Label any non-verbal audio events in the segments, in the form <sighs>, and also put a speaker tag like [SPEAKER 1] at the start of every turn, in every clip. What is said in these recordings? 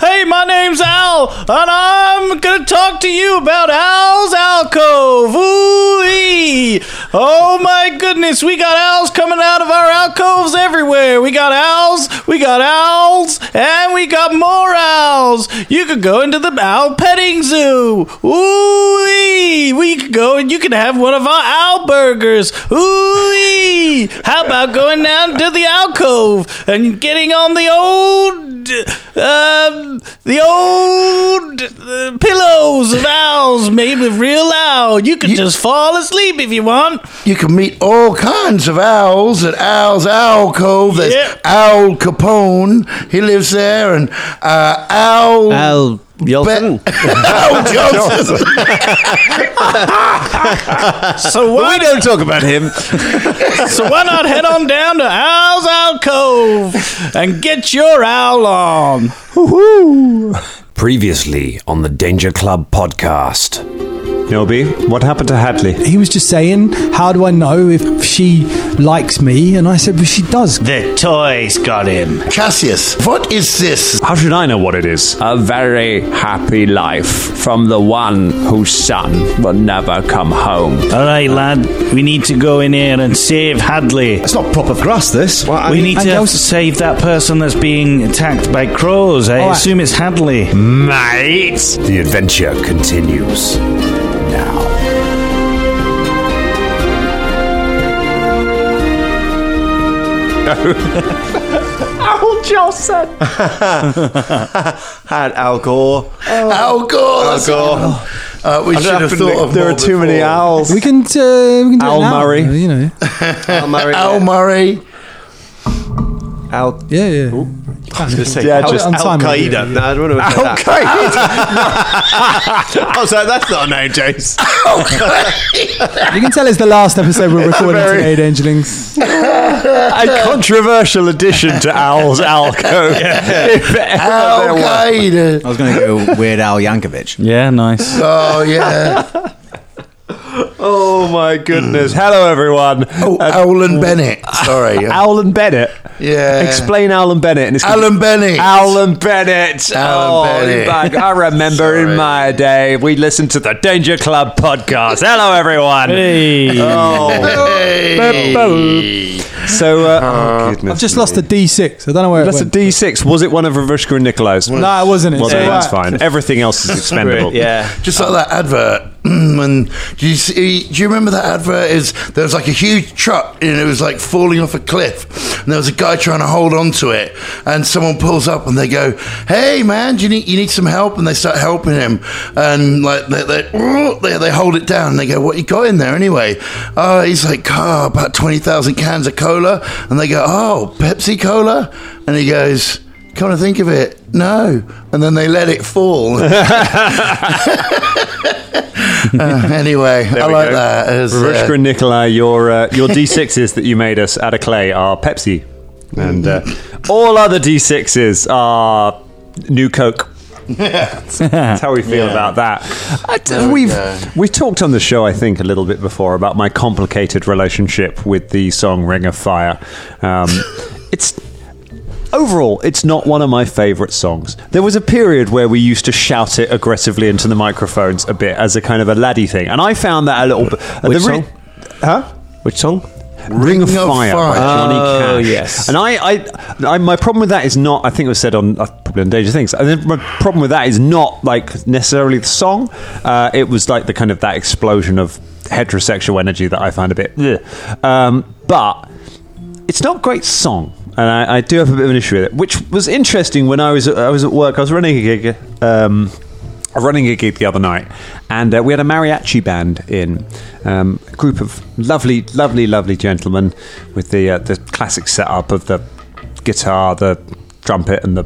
[SPEAKER 1] Hey, my name's Al, and I'm gonna talk to you about Al's alcove. Ooh-ee. Oh my goodness, we got owls coming out of our alcoves everywhere. We got owls, we got owls, and we got more owls. You could go into the owl petting zoo. Ooh-ee. We could go and you could have one of our owl burgers. Ooh-ee. How about going down to the alcove and getting on the old, um, the old uh, pillows of owls made with real owl. You could
[SPEAKER 2] You-
[SPEAKER 1] just fall asleep if you want.
[SPEAKER 2] You can meet all kinds of owls at Owl's Owl Cove. There's
[SPEAKER 1] Yeah.
[SPEAKER 2] Owl Capone. He lives there, and uh, Owl.
[SPEAKER 3] Al Yelton.
[SPEAKER 2] Owl Johnson.
[SPEAKER 1] So why
[SPEAKER 4] We don't talk
[SPEAKER 1] <laughs>
[SPEAKER 4] about him.
[SPEAKER 1] So why not head on down to Owl's Owl Cove and get your owl on?
[SPEAKER 5] Previously on the Danger Club podcast.
[SPEAKER 4] Noby, what happened to Hadley?
[SPEAKER 6] He was just saying, How do I know if she likes me? And I said, Well, she does.
[SPEAKER 1] The toys got him.
[SPEAKER 2] Cassius, what is this?
[SPEAKER 4] How should I know what it is?
[SPEAKER 7] A very happy life from the one whose son will never come home.
[SPEAKER 1] All right, lad, we need to go in here and save Hadley.
[SPEAKER 4] It's not proper grass, this.
[SPEAKER 1] We need
[SPEAKER 6] and
[SPEAKER 1] to
[SPEAKER 6] also-
[SPEAKER 1] save that person that's being attacked by crows. I
[SPEAKER 6] right.
[SPEAKER 1] assume it's Hadley.
[SPEAKER 5] Mate! The adventure continues now.
[SPEAKER 4] Had Al Gore.
[SPEAKER 2] Owl Gore. that's the
[SPEAKER 4] Oh. Gore.
[SPEAKER 2] one. Uh, we should have thought of
[SPEAKER 4] there
[SPEAKER 2] more
[SPEAKER 4] are too
[SPEAKER 2] before.
[SPEAKER 4] many owls.
[SPEAKER 6] We can, uh, we can do
[SPEAKER 4] Al
[SPEAKER 6] it now,
[SPEAKER 4] Murray.
[SPEAKER 6] You know,
[SPEAKER 3] Al Murray.
[SPEAKER 2] Owl Murray.
[SPEAKER 3] Al.
[SPEAKER 6] yeah, yeah.
[SPEAKER 4] Yeah,
[SPEAKER 3] Al-
[SPEAKER 4] just
[SPEAKER 6] on time,
[SPEAKER 3] Al-Qaeda.
[SPEAKER 6] yeah.
[SPEAKER 3] No, I don't want to say that.
[SPEAKER 4] Okay. I was like, that's not a name, James.
[SPEAKER 6] You can tell it's the last episode we're
[SPEAKER 4] <laughs>
[SPEAKER 6] recording
[SPEAKER 4] Very-
[SPEAKER 6] today, Dangerlings.
[SPEAKER 4] a controversial addition to Owl's Alco. If ever there
[SPEAKER 2] Al
[SPEAKER 4] was.
[SPEAKER 2] Qaeda.
[SPEAKER 8] I was going to go Weird Al Yankovic.
[SPEAKER 1] Yeah, nice.
[SPEAKER 2] Oh,
[SPEAKER 4] <laughs>
[SPEAKER 2] yeah.
[SPEAKER 4] Oh my goodness. Hello, everyone.
[SPEAKER 2] Oh, Owl and Bennett. Sorry.
[SPEAKER 4] Owl and Bennett.
[SPEAKER 2] Yeah.
[SPEAKER 4] Explain Owl and Bennett. And it's
[SPEAKER 2] Alan Bennett.
[SPEAKER 4] Owl and Bennett.
[SPEAKER 2] Owl and
[SPEAKER 4] oh,
[SPEAKER 2] Bennett.
[SPEAKER 4] my- I remember in my day, we listened to the Danger Club podcast. Hello, everyone.
[SPEAKER 2] <laughs>
[SPEAKER 4] Oh.
[SPEAKER 2] Hey.
[SPEAKER 4] so, uh, oh, goodness
[SPEAKER 6] I've just lost a D6. I don't know where
[SPEAKER 4] That's
[SPEAKER 6] it
[SPEAKER 4] a
[SPEAKER 6] went.
[SPEAKER 4] D6. Was it one of Ravushka and Nikolai's?
[SPEAKER 6] No, it wasn't. It's
[SPEAKER 4] Well, then
[SPEAKER 6] all
[SPEAKER 4] that's
[SPEAKER 6] right.
[SPEAKER 4] fine. Everything else is expendable.
[SPEAKER 3] Yeah.
[SPEAKER 2] Just like that advert. <clears throat> when do you see, do you remember that advert? Is there was like a huge truck and it was like falling off a cliff, and there was a guy trying to hold on to it, and someone pulls up and they go, "Hey man, do you need you need some help?" And they start helping him, and like they they, they, they hold it down and they go, "What you got in there anyway?" Oh, he's like, "Ah, about twenty thousand cans of cola," and they go, "Oh, Pepsi Cola," and he goes. Come to think of it, no. And then they let it fall. <laughs> Uh, anyway, I
[SPEAKER 4] we
[SPEAKER 2] like
[SPEAKER 4] go.
[SPEAKER 2] that. As,
[SPEAKER 4] Ravushka
[SPEAKER 2] uh,
[SPEAKER 4] and Nikolai, your uh, your d6s that you made us out of clay are Pepsi, and uh, all other d6s are New Coke. That's how we feel about that. I d- we've we talked on the show, I think, a little bit before about my complicated relationship with the song "Ring of Fire." Um, <laughs> it's overall, it's not one of my favourite songs. There was a period where we used to shout it aggressively into the microphones a bit as a kind of a laddie thing, and I found that a little bit.
[SPEAKER 3] Which
[SPEAKER 4] the
[SPEAKER 3] song?
[SPEAKER 4] Huh?
[SPEAKER 3] Which song?
[SPEAKER 4] Ring, of
[SPEAKER 2] of
[SPEAKER 4] Fire,
[SPEAKER 2] Fire.
[SPEAKER 4] by Johnny
[SPEAKER 3] Oh,
[SPEAKER 4] Cash.
[SPEAKER 3] yes.
[SPEAKER 4] And I, I, I, my problem with that is not. I think it was said on uh, probably on Danger Things. And then my problem with that is not like necessarily the song. Uh, it was like the kind of that explosion of heterosexual energy that I found a bit. bleh. Um, but it's not a great song, and I, I do have a bit of an issue with it, which was interesting when I was I was at work. I was running a gig, um, running a gig the other night, and uh, we had a mariachi band in, um, a group of lovely, lovely, lovely gentlemen with the uh, the classic setup of the guitar, the trumpet, and the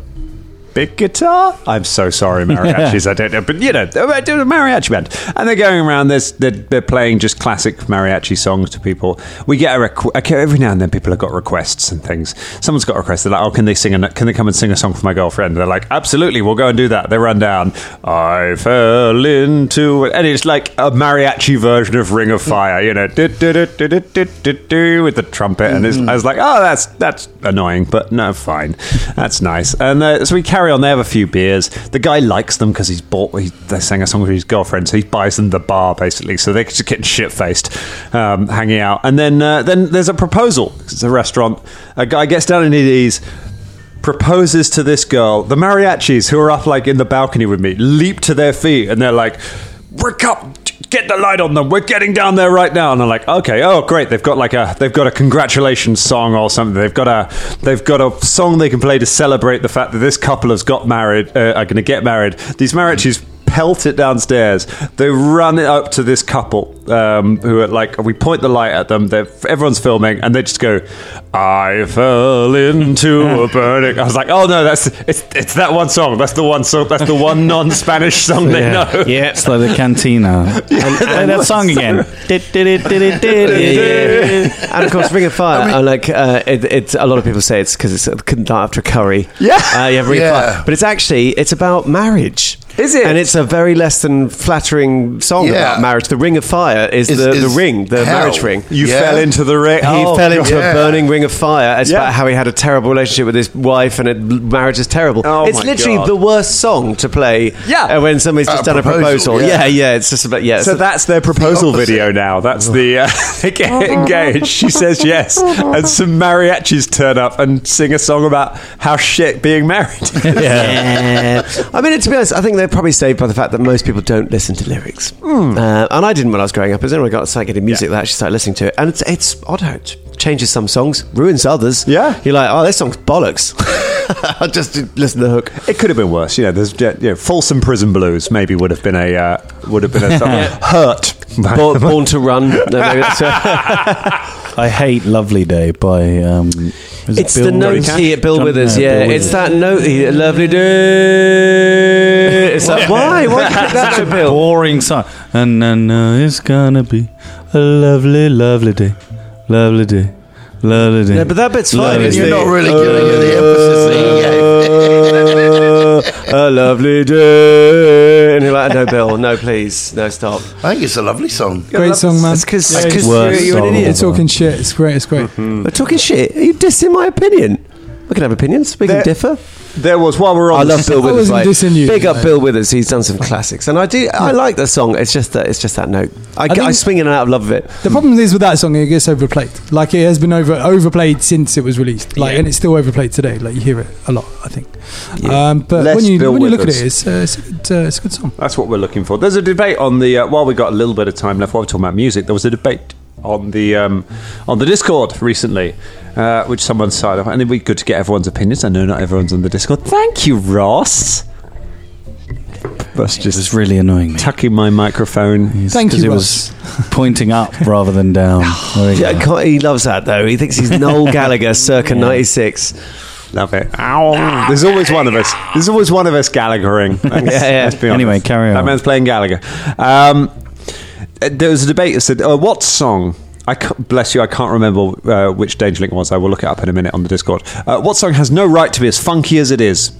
[SPEAKER 4] big guitar. I'm so sorry, mariachis. I don't know, but you know, I do a mariachi band, and they're going around. They're, they're, they're playing just classic mariachi songs to people. We get a requ- okay, every now and then. People have got requests and things. Someone's got a request. They're like, oh, can they sing? A, can they come and sing a song for my girlfriend? They're like, absolutely, we'll go and do that. They run down. I fell into, and it's like a mariachi version of Ring of Fire. You know, do, do, do, do, do, do, do, do, with the trumpet, and it's, I was like, oh, that's that's annoying, but no, fine, that's nice. And uh, so we carry carry on. They have a few beers. The guy likes them because he's bought. He, they sang a song with his girlfriend, so he buys them the bar basically. So they're just getting shit faced, um, hanging out. And then uh, then there's a proposal. 'cause It's a restaurant. A guy gets down on his knees. Proposes to this girl. The mariachis, who are up like in the balcony with me, leap to their feet and they're like, "Rick up, get the light on them. We're getting down there right now." And I'm like, "Okay, oh great, they've got like a they've got a congratulations song or something. They've got a they've got a song they can play to celebrate the fact that this couple has got married, uh, are going to get married. These marriages." Pelt it downstairs. They run it up to this couple um, who are like, we point the light at them. They're, everyone's filming, and they just go, "I fell into
[SPEAKER 3] <laughs>
[SPEAKER 4] a burning." I was like, "Oh no, that's it's, it's that one song. That's the one song. That's the one
[SPEAKER 3] <laughs>
[SPEAKER 4] non-Spanish song <laughs> they know."
[SPEAKER 1] yeah, it's like the cantina. Play that song again. <laughs>
[SPEAKER 3] And of course, Ring of Fire. I like uh, it, it's a lot of people say it's because it's uh, couldn't die after a curry. Yeah,
[SPEAKER 1] <laughs>
[SPEAKER 3] uh, yeah, Ring of
[SPEAKER 2] Yeah.
[SPEAKER 3] Fire. But it's actually it's about marriage.
[SPEAKER 4] Is it?
[SPEAKER 3] And it's a very less than flattering song
[SPEAKER 2] Yeah.
[SPEAKER 3] about marriage. The Ring of Fire is,
[SPEAKER 2] Is-
[SPEAKER 3] the, the
[SPEAKER 2] is
[SPEAKER 3] ring, the
[SPEAKER 2] hell.
[SPEAKER 3] marriage ring.
[SPEAKER 4] You
[SPEAKER 2] Yeah.
[SPEAKER 4] fell into the ring.
[SPEAKER 3] He Oh, fell into
[SPEAKER 2] Yeah.
[SPEAKER 3] a burning ring of fire. It's
[SPEAKER 4] Yeah.
[SPEAKER 3] about how he had a terrible relationship with his wife and it, marriage is terrible.
[SPEAKER 4] Oh
[SPEAKER 3] it's
[SPEAKER 4] my
[SPEAKER 3] literally
[SPEAKER 4] God.
[SPEAKER 3] the worst song to play
[SPEAKER 4] Yeah.
[SPEAKER 3] uh, when somebody's just done a
[SPEAKER 2] proposal,
[SPEAKER 3] proposal.
[SPEAKER 2] yeah.
[SPEAKER 3] Yeah. yeah, It's just about, yeah.
[SPEAKER 4] So
[SPEAKER 3] it's-
[SPEAKER 4] that's their proposal
[SPEAKER 2] opposite.
[SPEAKER 4] video now. That's the uh, <laughs> they get
[SPEAKER 3] <laughs>
[SPEAKER 4] engaged. She says yes, and some mariachis turn up and sing a song about how shit being
[SPEAKER 3] <laughs>
[SPEAKER 4] married. is. <laughs>
[SPEAKER 3] Yeah. <laughs> I mean, to be honest, I think they're probably saved by the fact that most people don't listen to lyrics. Uh, and I didn't when I was growing up. As soon as I got started getting music, that I actually started listening to it. And it's, it's odd how it changes some songs, ruins others.
[SPEAKER 4] Yeah.
[SPEAKER 3] You're like, oh, this song's bollocks. <laughs> I just listen to the <laughs> hook.
[SPEAKER 4] It could have been worse. You know, there's yeah, you know, Folsom Prison Blues maybe would have been a uh, would have been a
[SPEAKER 3] <laughs>
[SPEAKER 4] song. hurt.
[SPEAKER 3] Born, Born to Run. No, maybe that's
[SPEAKER 1] I hate Lovely Day by. Um, is it
[SPEAKER 3] It's
[SPEAKER 1] Bill
[SPEAKER 3] the note
[SPEAKER 1] Withers?
[SPEAKER 3] key at Bill
[SPEAKER 1] John-
[SPEAKER 3] Withers,
[SPEAKER 1] no,
[SPEAKER 3] yeah.
[SPEAKER 1] Bill
[SPEAKER 3] it's
[SPEAKER 1] Withers.
[SPEAKER 3] that note he lovely day. It's like,
[SPEAKER 1] <laughs>
[SPEAKER 3] why? Why did you pick that for <laughs> Bill?
[SPEAKER 1] boring song. And I know it's gonna be a lovely, lovely day, lovely day, lovely day.
[SPEAKER 3] No, but that bit's fine.
[SPEAKER 1] Lovely
[SPEAKER 3] It's
[SPEAKER 2] You're
[SPEAKER 3] the- uh,
[SPEAKER 2] not really giving it the emphasis that you gave.
[SPEAKER 1] Uh,
[SPEAKER 3] a lovely day. And you're like, no, Bill, no, please, no, stop.
[SPEAKER 2] I think it's a lovely song.
[SPEAKER 6] Great song, man.
[SPEAKER 3] That's because
[SPEAKER 6] Yeah, it's
[SPEAKER 3] you're,
[SPEAKER 1] worse
[SPEAKER 3] you're an
[SPEAKER 1] song.
[SPEAKER 6] You're
[SPEAKER 3] idiot.
[SPEAKER 6] talking shit. It's great. It's great.
[SPEAKER 4] Mm-hmm.
[SPEAKER 3] We're talking shit. Are you dissing my opinion? We can have opinions. We can
[SPEAKER 4] There-
[SPEAKER 3] differ.
[SPEAKER 4] <laughs> There was while we're on.
[SPEAKER 3] I love Bill
[SPEAKER 6] I
[SPEAKER 3] Withers.
[SPEAKER 6] wasn't
[SPEAKER 3] right?
[SPEAKER 6] dissing you.
[SPEAKER 3] Big up Bill Withers. He's done some classics, and I do. I like the song. It's just that. It's just that note. I, I,
[SPEAKER 6] think-
[SPEAKER 3] swing in and out of love of it.
[SPEAKER 6] The problem is with that song, it gets overplayed. Like it has been over overplayed since it was released. Like, and it's still overplayed today. Like you hear it a lot, I think. Um, but
[SPEAKER 4] Less
[SPEAKER 6] when you
[SPEAKER 4] Bill
[SPEAKER 6] when you look at
[SPEAKER 4] Withers.
[SPEAKER 6] it, it's, uh, it's, a good, uh, it's a good song.
[SPEAKER 4] That's what we're looking for. There's a debate on the uh, while we got a little bit of time left. While we're talking about music, there was a debate on the um, on the Discord recently, uh, which someone signed up, and it'd be good to get everyone's opinions. I know not everyone's on the Discord. Thank you, Ross. That's
[SPEAKER 1] It
[SPEAKER 4] just
[SPEAKER 1] was really annoying me.
[SPEAKER 4] tucking my microphone.
[SPEAKER 6] Thank
[SPEAKER 1] Because
[SPEAKER 6] you,
[SPEAKER 1] it
[SPEAKER 6] Ross.
[SPEAKER 1] was pointing up rather than down. There you
[SPEAKER 3] Yeah,
[SPEAKER 1] go.
[SPEAKER 3] God, he loves that though. He thinks he's Noel Gallagher, circa '96.
[SPEAKER 4] Love it. Ow. There's always one of us. There's always one of
[SPEAKER 1] <laughs>
[SPEAKER 4] us Gallaghering. Let's,
[SPEAKER 3] Yeah, yeah.
[SPEAKER 4] let's be honest.
[SPEAKER 1] Anyway, carry
[SPEAKER 4] That
[SPEAKER 1] on.
[SPEAKER 4] man's playing Gallagher. Um, uh, there was a debate that said, uh, what song? I can't, bless you, I can't remember uh, which Dangerlink was. I will look it up in a minute on the Discord. Uh, what song has no right to be as funky as it is?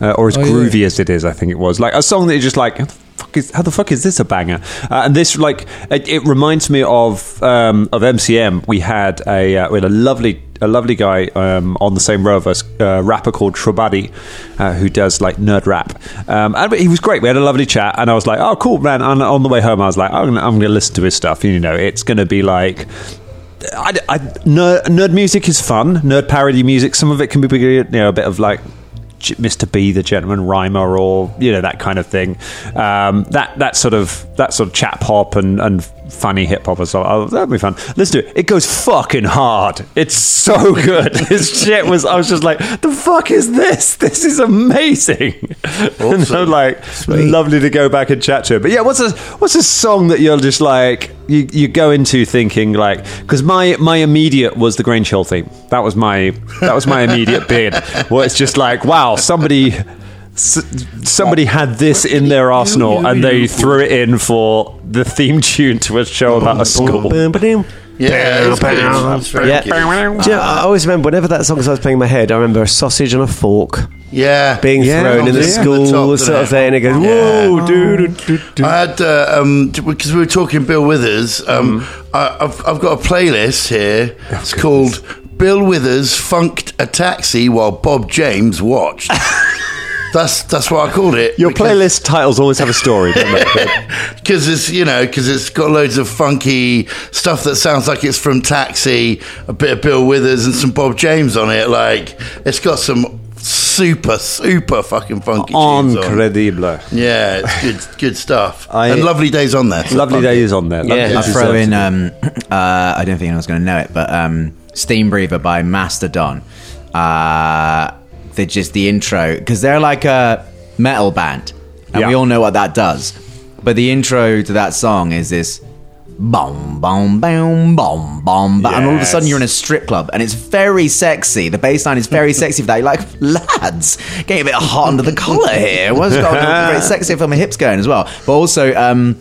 [SPEAKER 4] Uh, or as
[SPEAKER 6] Oh, yeah.
[SPEAKER 4] groovy as it is, I think it was. Like a song that you're just like, how the fuck is, how the fuck is this a banger? Uh, and this, like, it, it reminds me of um, of MCM. We had a uh, we had a lovely a lovely guy um, on the same row of us, uh, rapper called Trubadi, uh, who does like nerd rap. Um, and he was great. We had a lovely chat, and I was like, oh cool, man. And on the way home, I was like, I'm gonna, I'm gonna listen to his stuff. You know, it's gonna be like I, I- nerd, nerd music is fun. Nerd parody music. Some of it can be, you know, a bit of like J- Mr. B, the gentleman rhymer, or you know that kind of thing. Um, that that sort of that sort of chap hop and, and funny hip hop and stuff. Oh, that'd be fun. Let's do it. It goes fucking hard. It's so <laughs> good. His shit was. I was just like, the fuck is this? This is amazing. <laughs> and I'm like, lovely to go back and chat to him. But yeah, what's a what's a song that you're just like you, you go into thinking like because my my immediate was the Grange Hill theme. That was my that was my immediate bid. Where it's just like wow, somebody. s- Somebody had this in their arsenal, and they threw it in for the theme tune to a show about a school.
[SPEAKER 3] Boom, ba-doom.
[SPEAKER 2] Yeah, it's good. It's very
[SPEAKER 3] Yeah.
[SPEAKER 2] good.
[SPEAKER 3] Do you know, I always remember whenever that song starts playing in my head, I remember a sausage on a fork
[SPEAKER 2] Yeah.
[SPEAKER 3] being
[SPEAKER 2] Yeah.
[SPEAKER 3] thrown in the
[SPEAKER 2] Yeah.
[SPEAKER 3] school
[SPEAKER 2] The top,
[SPEAKER 3] sort of
[SPEAKER 2] doesn't it?
[SPEAKER 3] thing, and it goes,
[SPEAKER 2] Yeah.
[SPEAKER 3] whoa, dude.
[SPEAKER 2] I had uh, um because we were talking Bill Withers. Um,
[SPEAKER 3] Mm-hmm.
[SPEAKER 2] I, I've I've got a playlist here. It's
[SPEAKER 3] <laughs>
[SPEAKER 2] called Bill Withers funked a taxi while Bob James watched. That's that's why I called it.
[SPEAKER 4] Your playlist titles always have a story, don't they?
[SPEAKER 2] because it's you know because it's got loads of funky stuff that sounds like it's from Taxi, a bit of Bill Withers and some Bob James on it. Like it's got some super super fucking funky
[SPEAKER 4] <laughs>
[SPEAKER 2] tunes on.
[SPEAKER 4] Incredible.
[SPEAKER 2] Yeah, it's good good stuff.
[SPEAKER 4] I-
[SPEAKER 2] and lovely days on there.
[SPEAKER 4] Lovely
[SPEAKER 2] Funky.
[SPEAKER 4] days on there.
[SPEAKER 8] I
[SPEAKER 4] Lovely
[SPEAKER 8] throw
[SPEAKER 4] days.
[SPEAKER 8] in. Um, <clears throat> uh, I don't think anyone's going to know it, but um, Steam Breather by Mastodon. Uh, they're just the intro because they're like a metal band, and
[SPEAKER 4] Yeah.
[SPEAKER 8] we all know what that does. But the intro to that song is this. Boom, boom, boom, boom, boom, boom. And all of a sudden
[SPEAKER 4] Yes.
[SPEAKER 8] you're in a strip club and it's very sexy. The bass line is very sexy for that. You're like, lads, getting a bit hot under the collar here. What's going on? Very sexy for my hips going as well. But also, um,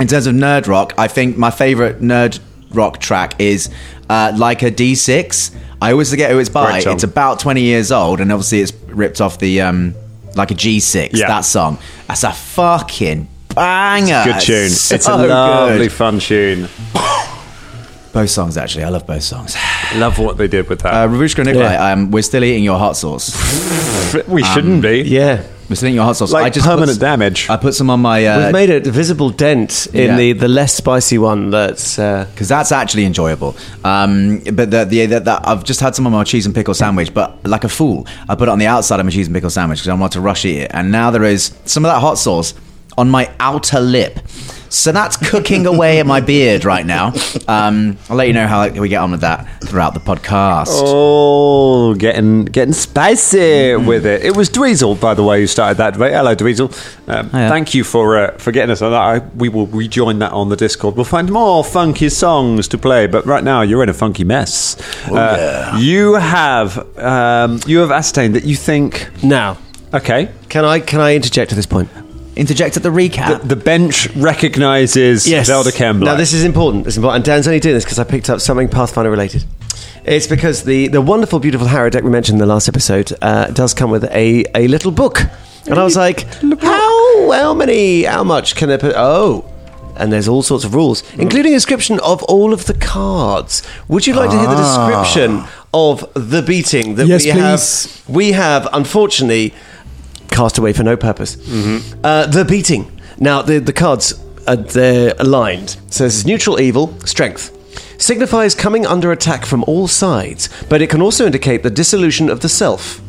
[SPEAKER 8] in terms of nerd rock, I think my favorite nerd rock track is uh, like a D6. I always forget who it's by.
[SPEAKER 4] Great song.
[SPEAKER 8] It's about 20 years old and obviously it's ripped off the um, like a G6,
[SPEAKER 4] Yeah.
[SPEAKER 8] that song. That's a fucking banger.
[SPEAKER 4] Good tune. It's,
[SPEAKER 8] uh, so
[SPEAKER 4] a
[SPEAKER 8] good.
[SPEAKER 4] lovely, fun tune.
[SPEAKER 8] Both songs, actually. I love both songs. <sighs>
[SPEAKER 4] Love what they did with
[SPEAKER 8] Uh,
[SPEAKER 4] that.
[SPEAKER 8] Ravushka Uh, Nikolai, um, we're still eating your hot sauce.
[SPEAKER 4] we
[SPEAKER 8] um,
[SPEAKER 4] shouldn't be.
[SPEAKER 3] Yeah.
[SPEAKER 8] We're still eating your hot sauce.
[SPEAKER 4] Like
[SPEAKER 8] I just
[SPEAKER 4] permanent
[SPEAKER 8] put, s-
[SPEAKER 4] damage.
[SPEAKER 8] I put some on my uh,
[SPEAKER 3] We've
[SPEAKER 8] because
[SPEAKER 3] made a visible dent in
[SPEAKER 8] yeah.
[SPEAKER 3] the, the less spicy one that's. Uh,
[SPEAKER 8] that's actually enjoyable. Um, but the, the, the, the, I've just had some on my cheese and pickle sandwich. But like a fool, I put it on the outside of my cheese and pickle sandwich because I wanted to rush eat it. And now there is some of that hot sauce on my outer lip. So that's cooking away at my beard right now. Um, I'll let you know how we get on with that throughout the podcast.
[SPEAKER 4] Oh, getting getting spicy
[SPEAKER 8] Mm-hmm.
[SPEAKER 4] with it. It was Dweezil, by the way, who started that debate. Hello, Dweezil. Um,
[SPEAKER 8] Oh, yeah.
[SPEAKER 4] Thank you for uh, for getting us on that. I, we will rejoin that on the Discord. We'll find more funky songs to play, but right now you're in a funky mess.
[SPEAKER 8] Oh,
[SPEAKER 4] Uh, You have um, you have ascertained that you think
[SPEAKER 3] now,
[SPEAKER 4] okay.
[SPEAKER 3] can I can I interject at this point?
[SPEAKER 8] Interject at the recap.
[SPEAKER 4] The bench recognizes Zelda Kemble.
[SPEAKER 3] Now this is important. It's important. And Dan's only doing this because I picked up something Pathfinder related. It's because the the wonderful, beautiful Harrow deck we mentioned in the last episode uh, does come with a a little book, and I was like, how how many how much can they put? Oh. And there's all sorts of rules, including a description of all of the cards. Would you like to hear the description of the beating that
[SPEAKER 6] Yes,
[SPEAKER 3] we
[SPEAKER 6] please.
[SPEAKER 3] have? We have, unfortunately, cast away for no purpose.
[SPEAKER 6] Mm-hmm.
[SPEAKER 3] Uh, the beating. Now, the, the cards are they're aligned. So this is neutral, evil, strength. Signifies coming under attack from all sides, but it can also indicate the dissolution of the self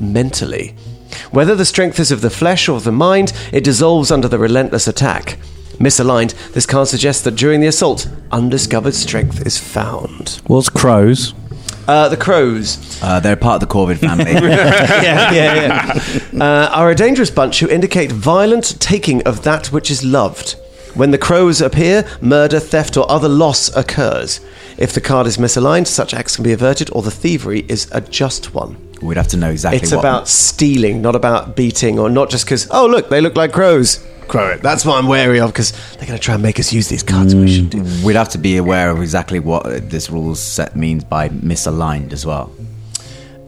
[SPEAKER 3] mentally. Whether the strength is of the flesh or of the mind, it dissolves under the relentless attack. Misaligned, this card suggests that during the assault, undiscovered strength is found.
[SPEAKER 6] What's crows?
[SPEAKER 3] Uh, the crows.
[SPEAKER 8] Uh, they're part of the Corvid
[SPEAKER 3] <laughs>
[SPEAKER 8] family.
[SPEAKER 3] yeah, yeah, yeah. Uh, are a dangerous bunch who indicate violent taking of that which is loved. When the crows appear, murder, theft, or other loss occurs. If the card is misaligned, such acts can be averted, or the thievery is a just one.
[SPEAKER 8] We'd have to know exactly
[SPEAKER 3] It's
[SPEAKER 8] what.
[SPEAKER 3] about stealing, not about beating, or not just because, oh, look, they look like crows. Crow it. That's what I'm wary of because they're going to try and make us use these cards. We should do.
[SPEAKER 8] We'd have to be aware of exactly what uh, this rule set means by misaligned as well.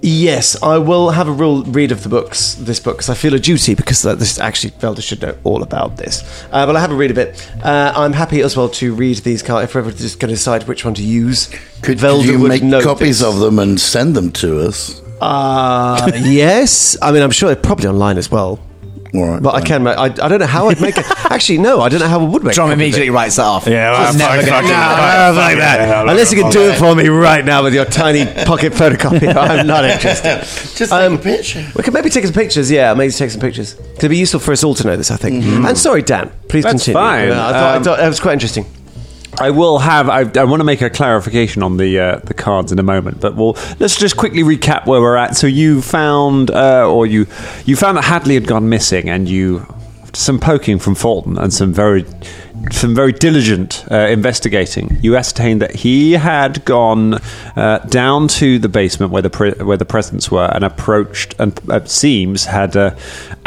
[SPEAKER 3] Yes, I will have a real read of the books, this book, because I feel a duty because uh, this actually Felder should know all about this. Uh, but I have a read of it. Uh, I'm happy as well to read these cards if we're ever just going to decide which one to use.
[SPEAKER 2] Could,
[SPEAKER 3] Velda
[SPEAKER 2] could you
[SPEAKER 3] would
[SPEAKER 2] make
[SPEAKER 3] know
[SPEAKER 2] copies
[SPEAKER 3] this.
[SPEAKER 2] of them and send them to us? <laughs>
[SPEAKER 3] Uh, yes, I mean I'm sure they're probably online as well.
[SPEAKER 2] All right,
[SPEAKER 3] But I
[SPEAKER 2] fine.
[SPEAKER 3] can. ma- I, I don't know how I'd
[SPEAKER 2] <laughs>
[SPEAKER 3] make it. Actually, no, I don't know how I would make. a
[SPEAKER 8] Drum
[SPEAKER 3] copy of it.
[SPEAKER 8] immediately writes that off.
[SPEAKER 5] Yeah, well,
[SPEAKER 8] Just
[SPEAKER 5] fuck-
[SPEAKER 8] never gonna
[SPEAKER 5] fucking-
[SPEAKER 8] do
[SPEAKER 5] fuck-
[SPEAKER 8] that.
[SPEAKER 5] fuck that. Yeah, no,
[SPEAKER 3] Unless you
[SPEAKER 2] Oh,
[SPEAKER 5] fuck
[SPEAKER 3] can do
[SPEAKER 5] that.
[SPEAKER 3] it for me right now with your tiny pocket photocopier, <laughs> I'm not interested.
[SPEAKER 2] <laughs>
[SPEAKER 3] Um,
[SPEAKER 2] Just take a picture.
[SPEAKER 3] We could maybe take some pictures. Yeah, maybe take some pictures. It'd be useful for us all to know this, I think.
[SPEAKER 2] Mm-hmm.
[SPEAKER 3] And sorry, Dan. Please
[SPEAKER 4] That's
[SPEAKER 3] continue. Uh,
[SPEAKER 4] fine.
[SPEAKER 3] I, thought,
[SPEAKER 4] Um,
[SPEAKER 3] I thought that was quite interesting.
[SPEAKER 4] I will have. I, I want to make a clarification on the uh, the cards in a moment, but we'll let's just quickly recap where we're at. So you found, uh, or you you found that Hadley had gone missing, and you after some poking from Fulton and some very some very diligent uh, investigating. You ascertained that he had gone uh, down to the basement where the pre- where the presents were, and approached and uh, seems had uh,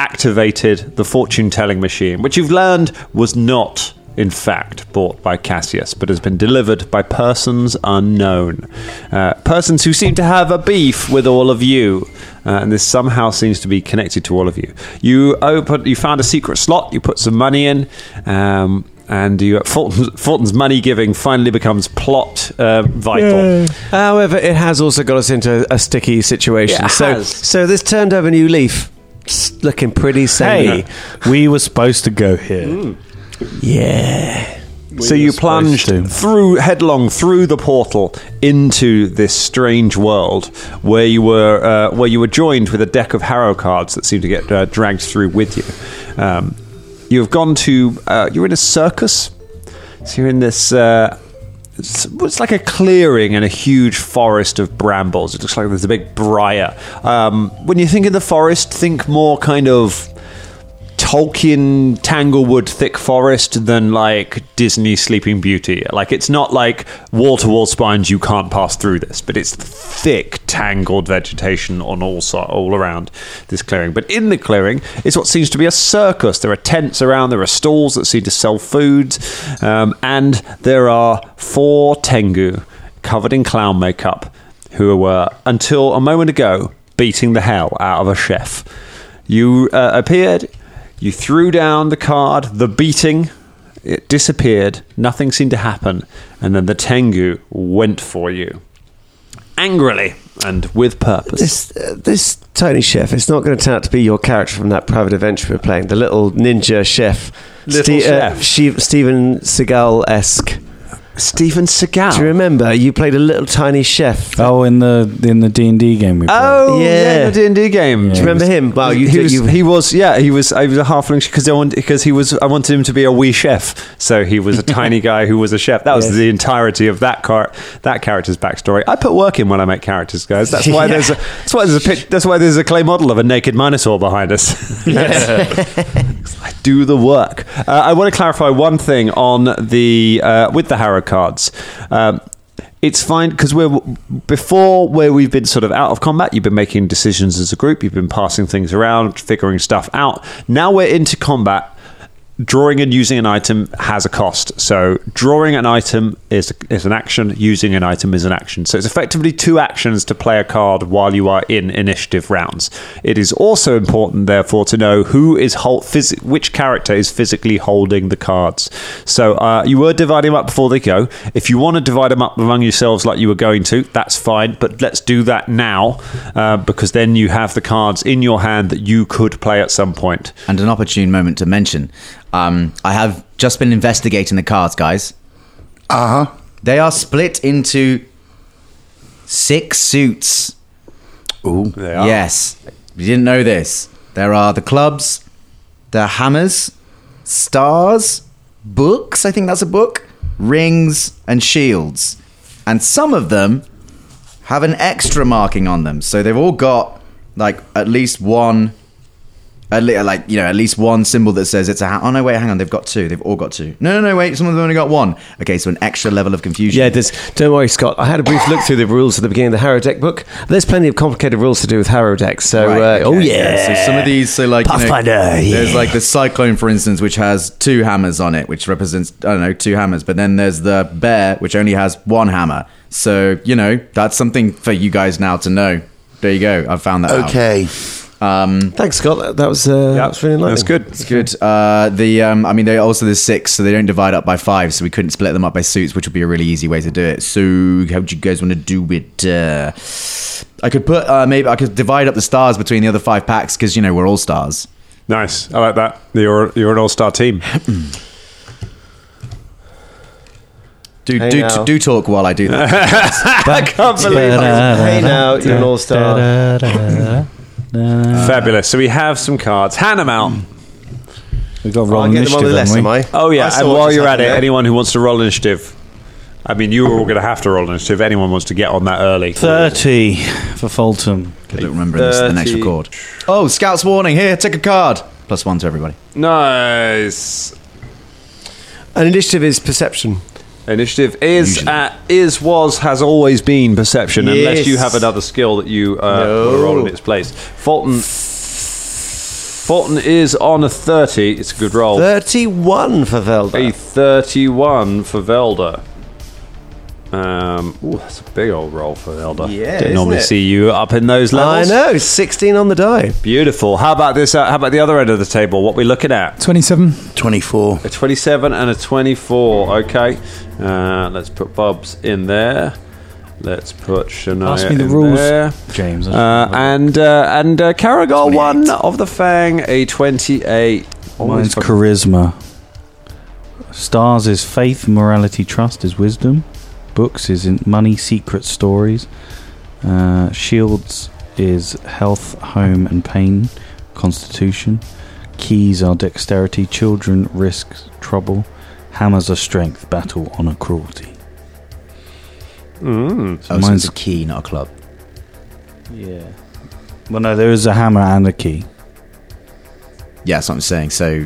[SPEAKER 4] activated the fortune telling machine, which you've learned was not in fact bought by Cassius, but has been delivered by persons unknown. Uh, persons who seem to have a beef with all of you, uh, and this somehow seems to be connected to all of you. You open, you found a secret slot, you put some money in, um, and you, Fulton's, Fulton's money giving finally becomes plot uh, vital.
[SPEAKER 3] However, it has also got us into a sticky situation.
[SPEAKER 4] It
[SPEAKER 3] so,
[SPEAKER 4] has.
[SPEAKER 3] so this turned over a new leaf. s- looking pretty samey.
[SPEAKER 1] Hey, we were supposed to go here.
[SPEAKER 3] Yeah.
[SPEAKER 4] so you plunged through headlong through the portal into this strange world where you were uh, where you were joined with a deck of harrow cards that seemed to get uh, dragged through with you. Um, you've gone to uh, you're in a circus, so you're in this. Uh, it's, it's like a clearing in a huge forest of brambles. It looks like there's a big briar. Um, when you think of the forest, think more kind of Tolkien Tanglewood thick forest than like Disney Sleeping Beauty. Like it's not like wall to wall spines you can't pass through this, but it's thick tangled vegetation on all so- all around this clearing. But in the clearing is what seems to be a circus. There are tents around, there are stalls that seem to sell food, um, and there are four Tengu covered in clown makeup who were until a moment ago beating the hell out of a chef. You uh, appeared, you threw down the card, the beating, it disappeared, nothing seemed to happen, and then the Tengu went for you. Angrily and with purpose.
[SPEAKER 3] This uh, this tiny chef. It's not going to turn out to be your character from that private adventure we're playing. The little ninja chef.
[SPEAKER 4] Little chef.
[SPEAKER 3] she, Steven Seagal esque.
[SPEAKER 4] Stephen Seagal.
[SPEAKER 3] Do you remember you played a little tiny chef?
[SPEAKER 1] Oh, in the in the D and D game we played.
[SPEAKER 4] Oh
[SPEAKER 3] Yeah.
[SPEAKER 4] yeah, the D and D game.
[SPEAKER 3] Do you remember him? Well, you,
[SPEAKER 4] he,
[SPEAKER 3] you,
[SPEAKER 4] was,
[SPEAKER 3] you
[SPEAKER 4] he was yeah he was I was a halfling because I want because he was I wanted him to be a wee chef so he was a
[SPEAKER 3] <laughs>
[SPEAKER 4] tiny guy who was a chef that was the entirety of that car that character's backstory I put work in when I make characters guys that's
[SPEAKER 3] <laughs>
[SPEAKER 4] why
[SPEAKER 3] Yeah.
[SPEAKER 4] there's a that's why there's a pic, that's why there's a clay model of a naked minotaur behind us I do the work uh, I want to clarify one thing on the uh, with the harrow cards. Um, it's fine because we're before where we've been sort of out of combat. You've been making decisions as a group. You've been passing things around, figuring stuff out. Now we're into combat. Drawing and using an item has a cost. So drawing an item is is an action. Using an item is an action. So it's effectively two actions to play a card while you are in initiative rounds. It is also important, therefore, to know who is hold, phys- which character is physically holding the cards. So uh, you were dividing them up before they go. If you want to divide them up among yourselves like you were going to, that's fine. But let's do that now uh, because then you have the cards in your hand that you could play at some point.
[SPEAKER 8] And an opportune moment to mention. Um, I have just been investigating the cards, guys.
[SPEAKER 2] Uh huh.
[SPEAKER 8] They are split into six suits.
[SPEAKER 2] Ooh.
[SPEAKER 8] Yes. You didn't know this. There are the clubs, the hammers, stars, books, I think that's a book, rings, and shields. And some of them have an extra marking on them. So they've all got like at least one at le- like you know at least one symbol that says it's a ha- oh no wait hang on they've got two they've all got two no no no wait some of them only got one okay so an extra level of confusion
[SPEAKER 3] Yeah, there's, don't worry, Scott. I had a brief look through the rules at the beginning of the Harrow deck book. There's plenty of complicated rules to do with Harrow decks. So,
[SPEAKER 8] Right,
[SPEAKER 3] uh, oh
[SPEAKER 8] okay,
[SPEAKER 3] yeah.
[SPEAKER 8] So some of these, so like you know, there's like the cyclone, for instance, which has two hammers on it, which represents I don't know two hammers. But then there's the bear, which only has one hammer. So you know that's something for you guys now to know. There you go. I found that. out.
[SPEAKER 2] Okay.
[SPEAKER 3] Thanks, Scott. That, that was uh, that was really enlightening.
[SPEAKER 4] that's
[SPEAKER 3] <laughs>
[SPEAKER 4] good.
[SPEAKER 8] It's good. Uh, the um, I mean, they also there's six, so they don't divide up by five, so we couldn't split them up by suits, which would be a really easy way to do it. So, how do you guys want to do it? Uh, I could put uh, maybe I could divide up the stars between the other five packs because you know we're all stars.
[SPEAKER 4] Nice. I like that. You're you're an all star team.
[SPEAKER 1] Uh,
[SPEAKER 8] Do
[SPEAKER 3] Hey,
[SPEAKER 8] do,
[SPEAKER 3] now.
[SPEAKER 8] do talk while I do that.
[SPEAKER 3] <laughs>
[SPEAKER 4] I can't believe it.
[SPEAKER 3] Hey now, you're an all star.
[SPEAKER 4] Fabulous. So we have some cards. Hand them out.
[SPEAKER 1] we Hmm. got
[SPEAKER 3] I'll
[SPEAKER 1] wrong
[SPEAKER 3] get them on the
[SPEAKER 1] initiative,
[SPEAKER 3] list,
[SPEAKER 1] haven't
[SPEAKER 3] am
[SPEAKER 1] we?
[SPEAKER 3] I?
[SPEAKER 4] Oh yeah,
[SPEAKER 3] I saw
[SPEAKER 4] and
[SPEAKER 3] what
[SPEAKER 4] while
[SPEAKER 3] just
[SPEAKER 4] you're at it,
[SPEAKER 3] happened there.
[SPEAKER 4] anyone who wants to roll initiative, I mean, you were all going to have to roll initiative. Anyone wants to get on that early?
[SPEAKER 1] Thirty for Fulton.
[SPEAKER 8] I don't remember this is the next
[SPEAKER 4] 30.
[SPEAKER 8] record. Oh, scouts warning! Here, take a card. Plus one to everybody.
[SPEAKER 4] Nice.
[SPEAKER 3] An initiative is perception.
[SPEAKER 4] Initiative is at, is was has always been perception, unless you have another skill that you uh, wanna roll in its place. Fulton. Fulton is on a thirty. It's a good roll.
[SPEAKER 3] Thirty-one for
[SPEAKER 4] A
[SPEAKER 3] Velda.
[SPEAKER 4] 31 for Velda. Um, ooh, that's a big old roll for Velda. Yeah, didn't normally see you up in those
[SPEAKER 3] I
[SPEAKER 4] levels.
[SPEAKER 3] know, sixteen on the die.
[SPEAKER 4] Beautiful. How about this? Uh, how about the other end of the table? What we looking at?
[SPEAKER 6] 27.
[SPEAKER 2] 24.
[SPEAKER 4] A 27 and a 24. Okay. Uh, let's put Bob's in there. Let's put Shania
[SPEAKER 9] Ask me the
[SPEAKER 4] in
[SPEAKER 9] rules,
[SPEAKER 4] there.
[SPEAKER 9] James.
[SPEAKER 8] Oh,
[SPEAKER 9] I
[SPEAKER 4] Uh,
[SPEAKER 9] just-
[SPEAKER 4] and uh, and uh, Kara got one of the Fang, a twenty-eight.
[SPEAKER 9] Mine's
[SPEAKER 4] Motherfucker.
[SPEAKER 9] charisma. Stars is faith, morality, trust is wisdom. Books is in money, secret stories. Uh, shields is health, home, and pain. Constitution. Keys are dexterity. Children risks trouble. Hammers are strength, battle, honor, cruelty.
[SPEAKER 4] Mm.
[SPEAKER 9] So
[SPEAKER 8] Oh, so
[SPEAKER 9] mine's
[SPEAKER 8] it's a key, not a club.
[SPEAKER 9] yeah. Well, no, there is a hammer and a key.
[SPEAKER 8] Yeah, that's what I'm saying. So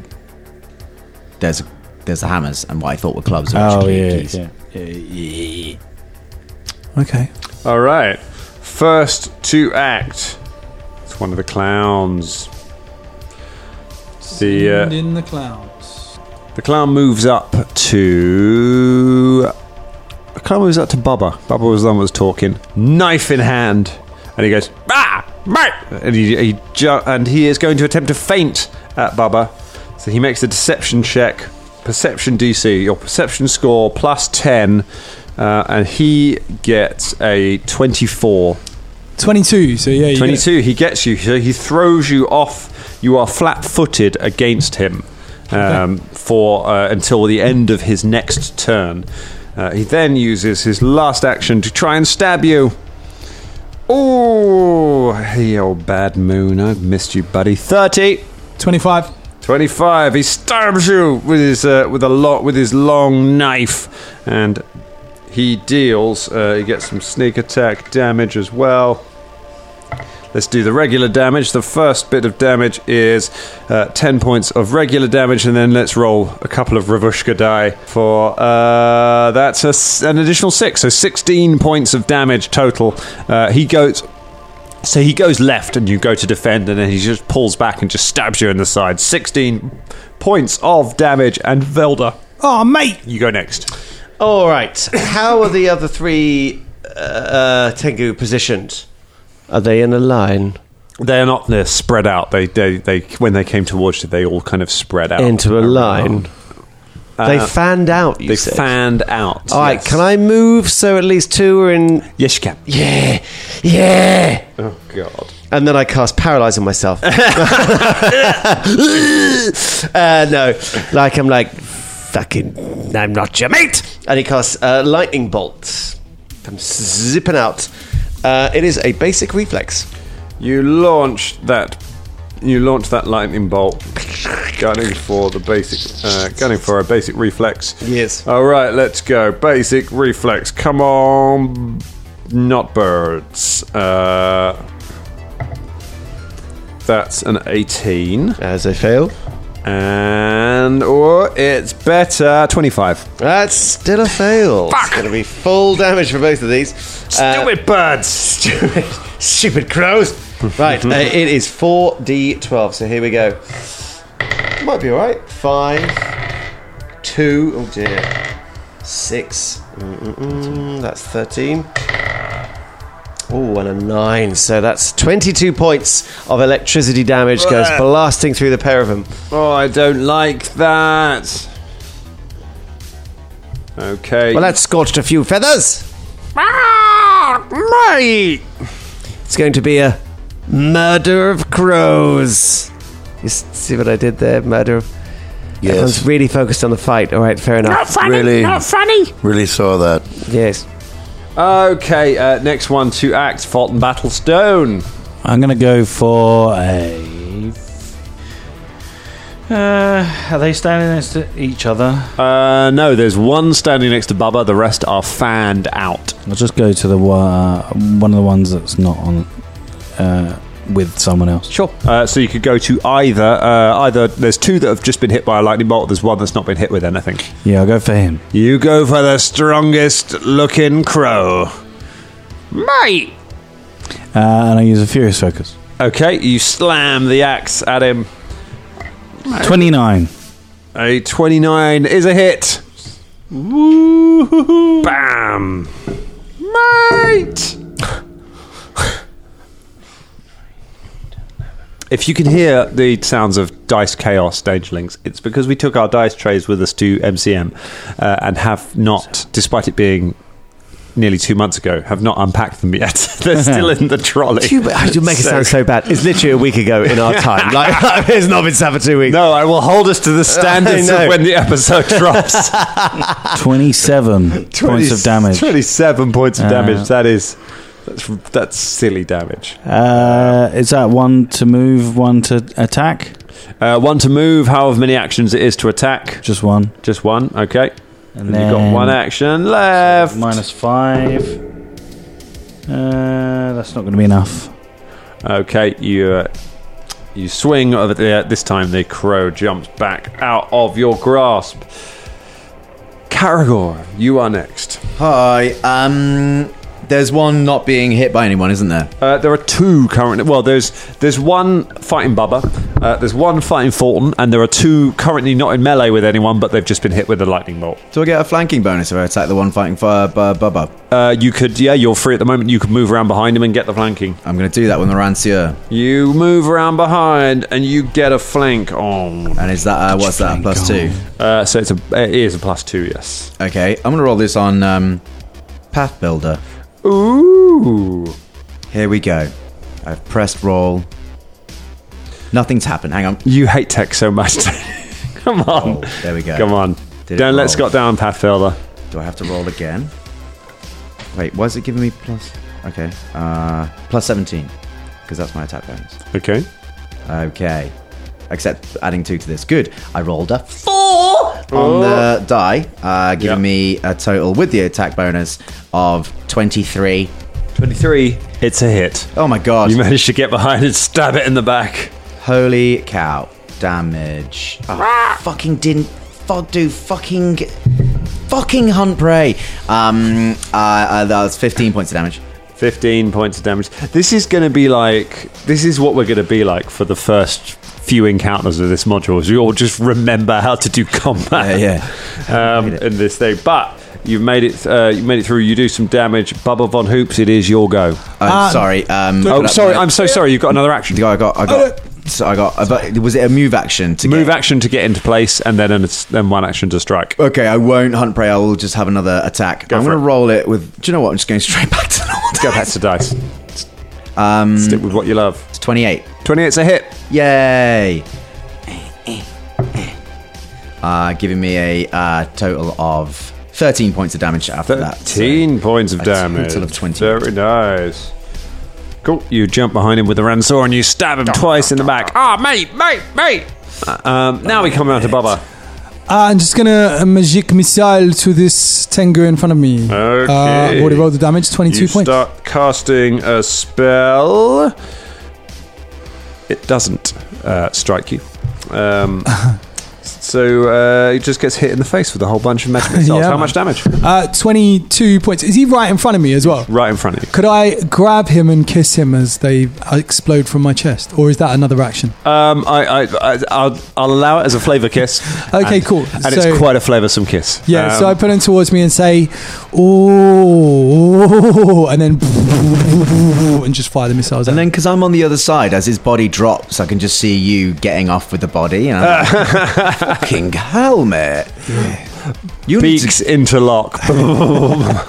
[SPEAKER 8] there's there's the hammers, and what I thought were clubs are
[SPEAKER 9] Oh
[SPEAKER 8] actually
[SPEAKER 9] yeah,
[SPEAKER 8] keys.
[SPEAKER 9] yeah.
[SPEAKER 6] Okay.
[SPEAKER 4] All right, first to act. It's one of the clowns. The uh,
[SPEAKER 6] in the clouds.
[SPEAKER 4] The clown moves up to. The clown moves up to Bubba. Bubba was the one that was talking, knife in hand, and he goes ah mate, and he, he ju- and he is going to attempt to feint at Bubba. So he makes a deception check, perception DC, your perception score plus ten, uh, and he gets a twenty-four.
[SPEAKER 6] 22. So yeah, you get-
[SPEAKER 4] 22 he gets you so he throws you off you are flat-footed against him um, for uh, until the end of his next turn uh, he then uses his last action to try and stab you oh hey old bad moon i've missed you buddy 30
[SPEAKER 6] 25.
[SPEAKER 4] 25 he stabs you with his uh, with a lot with his long knife and he deals uh, he gets some sneak attack damage as well let's do the regular damage the first bit of damage is uh, 10 points of regular damage and then let's roll a couple of ravushka die for uh, that's a s an additional 6 so 16 points of damage total uh, he goes so he goes left and you go to defend, and then he just pulls back and just stabs you in the side. 16 points of damage, and Velda,
[SPEAKER 6] Oh, mate.
[SPEAKER 4] you go next.
[SPEAKER 3] All right. How are the other three uh, Tengu positioned? Are they in a line
[SPEAKER 4] They're not they're spread out. They, they they when they came towards you, they all kind of spread out
[SPEAKER 3] into a line? they
[SPEAKER 4] Uh,
[SPEAKER 3] fanned out. You
[SPEAKER 4] They
[SPEAKER 3] said.
[SPEAKER 4] fanned out.
[SPEAKER 3] All right.
[SPEAKER 4] yes.
[SPEAKER 3] Can I move so at least two are in?
[SPEAKER 4] Yes, you can.
[SPEAKER 3] Yeah. Yeah.
[SPEAKER 4] Oh God.
[SPEAKER 3] And then I cast
[SPEAKER 4] <laughs>
[SPEAKER 3] paralyzing myself. <laughs> uh, no, like I'm like fucking. I'm not your mate. And he casts uh, lightning bolt. I'm zipping out. Uh, it is a basic reflex.
[SPEAKER 4] You launch that. You launch that lightning bolt, gunning for the basic, uh, gunning for a basic reflex.
[SPEAKER 3] Yes.
[SPEAKER 4] All right, let's go. Basic reflex. Come on, not birds. Uh, that's an eighteen,
[SPEAKER 3] As I fail,
[SPEAKER 4] and oh, it's better. Twenty-five.
[SPEAKER 3] that's still a fail. It's going to be full damage for both of these. Uh,
[SPEAKER 4] Stupid birds.
[SPEAKER 3] stupid, stupid crows. right,
[SPEAKER 4] <laughs>
[SPEAKER 3] uh, it is 4d12, so here we go. Might be alright. 5, 2, oh dear, 6, Mm-mm-mm, that's 13. Oh, and a 9, so that's 22 points of electricity damage goes blasting through the pair of them.
[SPEAKER 4] Oh, I don't like that. Okay.
[SPEAKER 3] Well, that scorched a few feathers. It's going to be a murder of crows. You s- see what I did there? Murder of. Everyone's really focused on the fight. All right, fair enough.
[SPEAKER 2] really, not funny. Really saw that.
[SPEAKER 3] Yes.
[SPEAKER 4] Okay, uh, next one to act Fault and Battlestone.
[SPEAKER 9] I'm gonna go for a. Uh, are they standing next to each other?
[SPEAKER 4] Uh, no, there's one standing next to Bubba, the rest are fanned out.
[SPEAKER 9] I'll just go to the one, one of the ones that's not on uh, with someone else.
[SPEAKER 4] Sure. Uh, so you could go to either, uh, either there's two that have just been hit by a lightning bolt, there's one that's not been hit with anything.
[SPEAKER 9] Yeah, I'll go for him.
[SPEAKER 4] You go for the strongest looking crow. Mate!
[SPEAKER 9] Uh, and I use a furious focus.
[SPEAKER 4] Okay, you slam the axe at him. <laughs>
[SPEAKER 9] Twenty nine.
[SPEAKER 4] A 29 is a hit. Woo-hoo-hoo. Bam! Mate! if you can hear the sounds of dice chaos, Dangerlings, it's because we took our dice trays with us to MCM uh, and have not, despite it being nearly two months ago. Have not unpacked them yet. <laughs> They're still in the trolley.
[SPEAKER 3] You, you make it
[SPEAKER 4] So-
[SPEAKER 3] sound so bad. It's literally a week ago in our <laughs> time. Like, it's not been sat for two weeks.
[SPEAKER 4] No, I will hold us to
[SPEAKER 3] <laughs>
[SPEAKER 4] the standards
[SPEAKER 3] know.
[SPEAKER 4] of when the episode <laughs> drops.
[SPEAKER 9] 27 points of damage.
[SPEAKER 4] Twenty-seven points of
[SPEAKER 9] Uh,
[SPEAKER 4] damage. That is. That's, that's silly damage.
[SPEAKER 9] Uh, is that one to move, one to attack?
[SPEAKER 4] Uh, one to move, however many actions it is to attack.
[SPEAKER 9] Just one.
[SPEAKER 4] Just one, okay. And,
[SPEAKER 9] then-
[SPEAKER 4] you've got one action left.
[SPEAKER 9] Minus five. Uh, that's not going to be enough.
[SPEAKER 4] Okay, you uh, you swing. Over the, uh, this time, the crow jumps back out of your grasp. Caragor, you are next.
[SPEAKER 8] Hi. Um, there's one not being hit by anyone, isn't there?
[SPEAKER 4] Uh, there are two currently. Well, there's there's one fighting Bubba, uh, there's one fighting Fulton, and there are two currently not in melee with anyone, but they've just been hit with a lightning bolt.
[SPEAKER 8] Do I get a flanking bonus if I attack the one fighting fire bu- Bubba?
[SPEAKER 4] Uh, you could, yeah, you're free at the moment. You could move around behind him and get the flanking.
[SPEAKER 8] I'm going to do that with the Rancier.
[SPEAKER 4] You move around behind and you get a flank on.
[SPEAKER 8] And is that uh, what's that? a Plus two.
[SPEAKER 4] Uh, so it's a it is a plus two, yes.
[SPEAKER 8] Okay, I'm going to roll this on um, Path Builder.
[SPEAKER 4] Ooh.
[SPEAKER 8] Here we go. I've pressed roll. Nothing's happened. Hang on.
[SPEAKER 4] You hate tech so much. <laughs> Come on.
[SPEAKER 8] Oh, there we go.
[SPEAKER 4] Come on.
[SPEAKER 8] Did it
[SPEAKER 4] Don't let
[SPEAKER 8] roll.
[SPEAKER 4] Scott down, Pathfinder.
[SPEAKER 8] Do I have to roll again? Wait, why is it giving me plus? Okay, uh, plus 17, because that's my attack bonus.
[SPEAKER 4] Okay.
[SPEAKER 8] Okay, except adding two to this. Good. I rolled a four
[SPEAKER 4] Oh.
[SPEAKER 8] on the die, uh, giving
[SPEAKER 4] Yep.
[SPEAKER 8] me a total with the attack bonus of 23.
[SPEAKER 4] 23. It's a hit.
[SPEAKER 8] Oh my god.
[SPEAKER 4] You managed to get behind and stab it in the back.
[SPEAKER 8] Holy cow. Damage. Oh, fucking didn't. Fuck, do fucking. Fucking hunt prey. Um, uh, uh, that was 15 points of damage.
[SPEAKER 4] 15 points of damage. This is going to be like, this is what we're going to be like for the first few encounters of this module. Is you all just remember how to do <laughs> combat.
[SPEAKER 8] Yeah,
[SPEAKER 4] um, in this thing. But you've made it. Uh, you made it through. You do some damage. Bubba von Hoops. It is your go.
[SPEAKER 8] Uh, I'm sorry. Um,
[SPEAKER 4] Oh,
[SPEAKER 8] but-
[SPEAKER 4] sorry. I'm so sorry. You've got another action.
[SPEAKER 8] The guy I got, I got, so I got. But was it a move action to
[SPEAKER 4] Move
[SPEAKER 8] get- Uh,
[SPEAKER 4] action to get into place, and then an, then one action to strike.
[SPEAKER 8] Okay, I won't hunt prey. I will just have another attack. I'm
[SPEAKER 4] for
[SPEAKER 8] going
[SPEAKER 4] it.
[SPEAKER 8] to roll it with. Do you know what? I'm just going <laughs> straight back to normal.
[SPEAKER 4] Go back
[SPEAKER 8] <laughs>
[SPEAKER 4] to dice. Um, Stick with what you love.
[SPEAKER 8] It's 28.
[SPEAKER 4] 28's a hit.
[SPEAKER 8] Yay! Uh, giving me a uh, total of 13 points of damage after that. so-
[SPEAKER 4] 13 points of
[SPEAKER 8] a
[SPEAKER 4] damage.
[SPEAKER 8] total of 20.
[SPEAKER 4] Very nice. Cool. You jump behind him with the Ransor and you stab him twice in the back. Ah, mate, mate, mate. Uh, um, now we come around to Bubba.
[SPEAKER 6] I'm just gonna uh, magic missile to this Tengu in front of me.
[SPEAKER 4] Okay.
[SPEAKER 6] Uh, what about the damage? Twenty-two
[SPEAKER 4] you
[SPEAKER 6] points.
[SPEAKER 4] start casting a spell. It doesn't uh, strike you. Um, so uh, he just gets hit in the face with a whole bunch of magic missiles.
[SPEAKER 6] Yeah,
[SPEAKER 4] How
[SPEAKER 6] man.
[SPEAKER 4] much damage?
[SPEAKER 6] Uh, Twenty-two points. Is he right in front of me as well?
[SPEAKER 4] Right in front of you.
[SPEAKER 6] Could I grab him and kiss him as they uh, explode from my chest, or is that another action?
[SPEAKER 4] Um, I, I, I, I'll, I'll allow it as a flavour kiss.
[SPEAKER 6] Okay,
[SPEAKER 4] And-
[SPEAKER 6] cool.
[SPEAKER 4] And
[SPEAKER 6] So-
[SPEAKER 4] it's quite a flavoursome kiss.
[SPEAKER 6] Yeah, so I
[SPEAKER 4] Um,
[SPEAKER 6] put him towards me and say, "Oh," and then <laughs> and just fire the missiles.
[SPEAKER 8] And
[SPEAKER 6] out.
[SPEAKER 8] then, because I'm on the other side, as his body drops, I can just see you getting off with the body. And I'm like, fucking hell, mate. You need
[SPEAKER 4] Beaks
[SPEAKER 6] <laughs>
[SPEAKER 4] interlock.
[SPEAKER 8] to-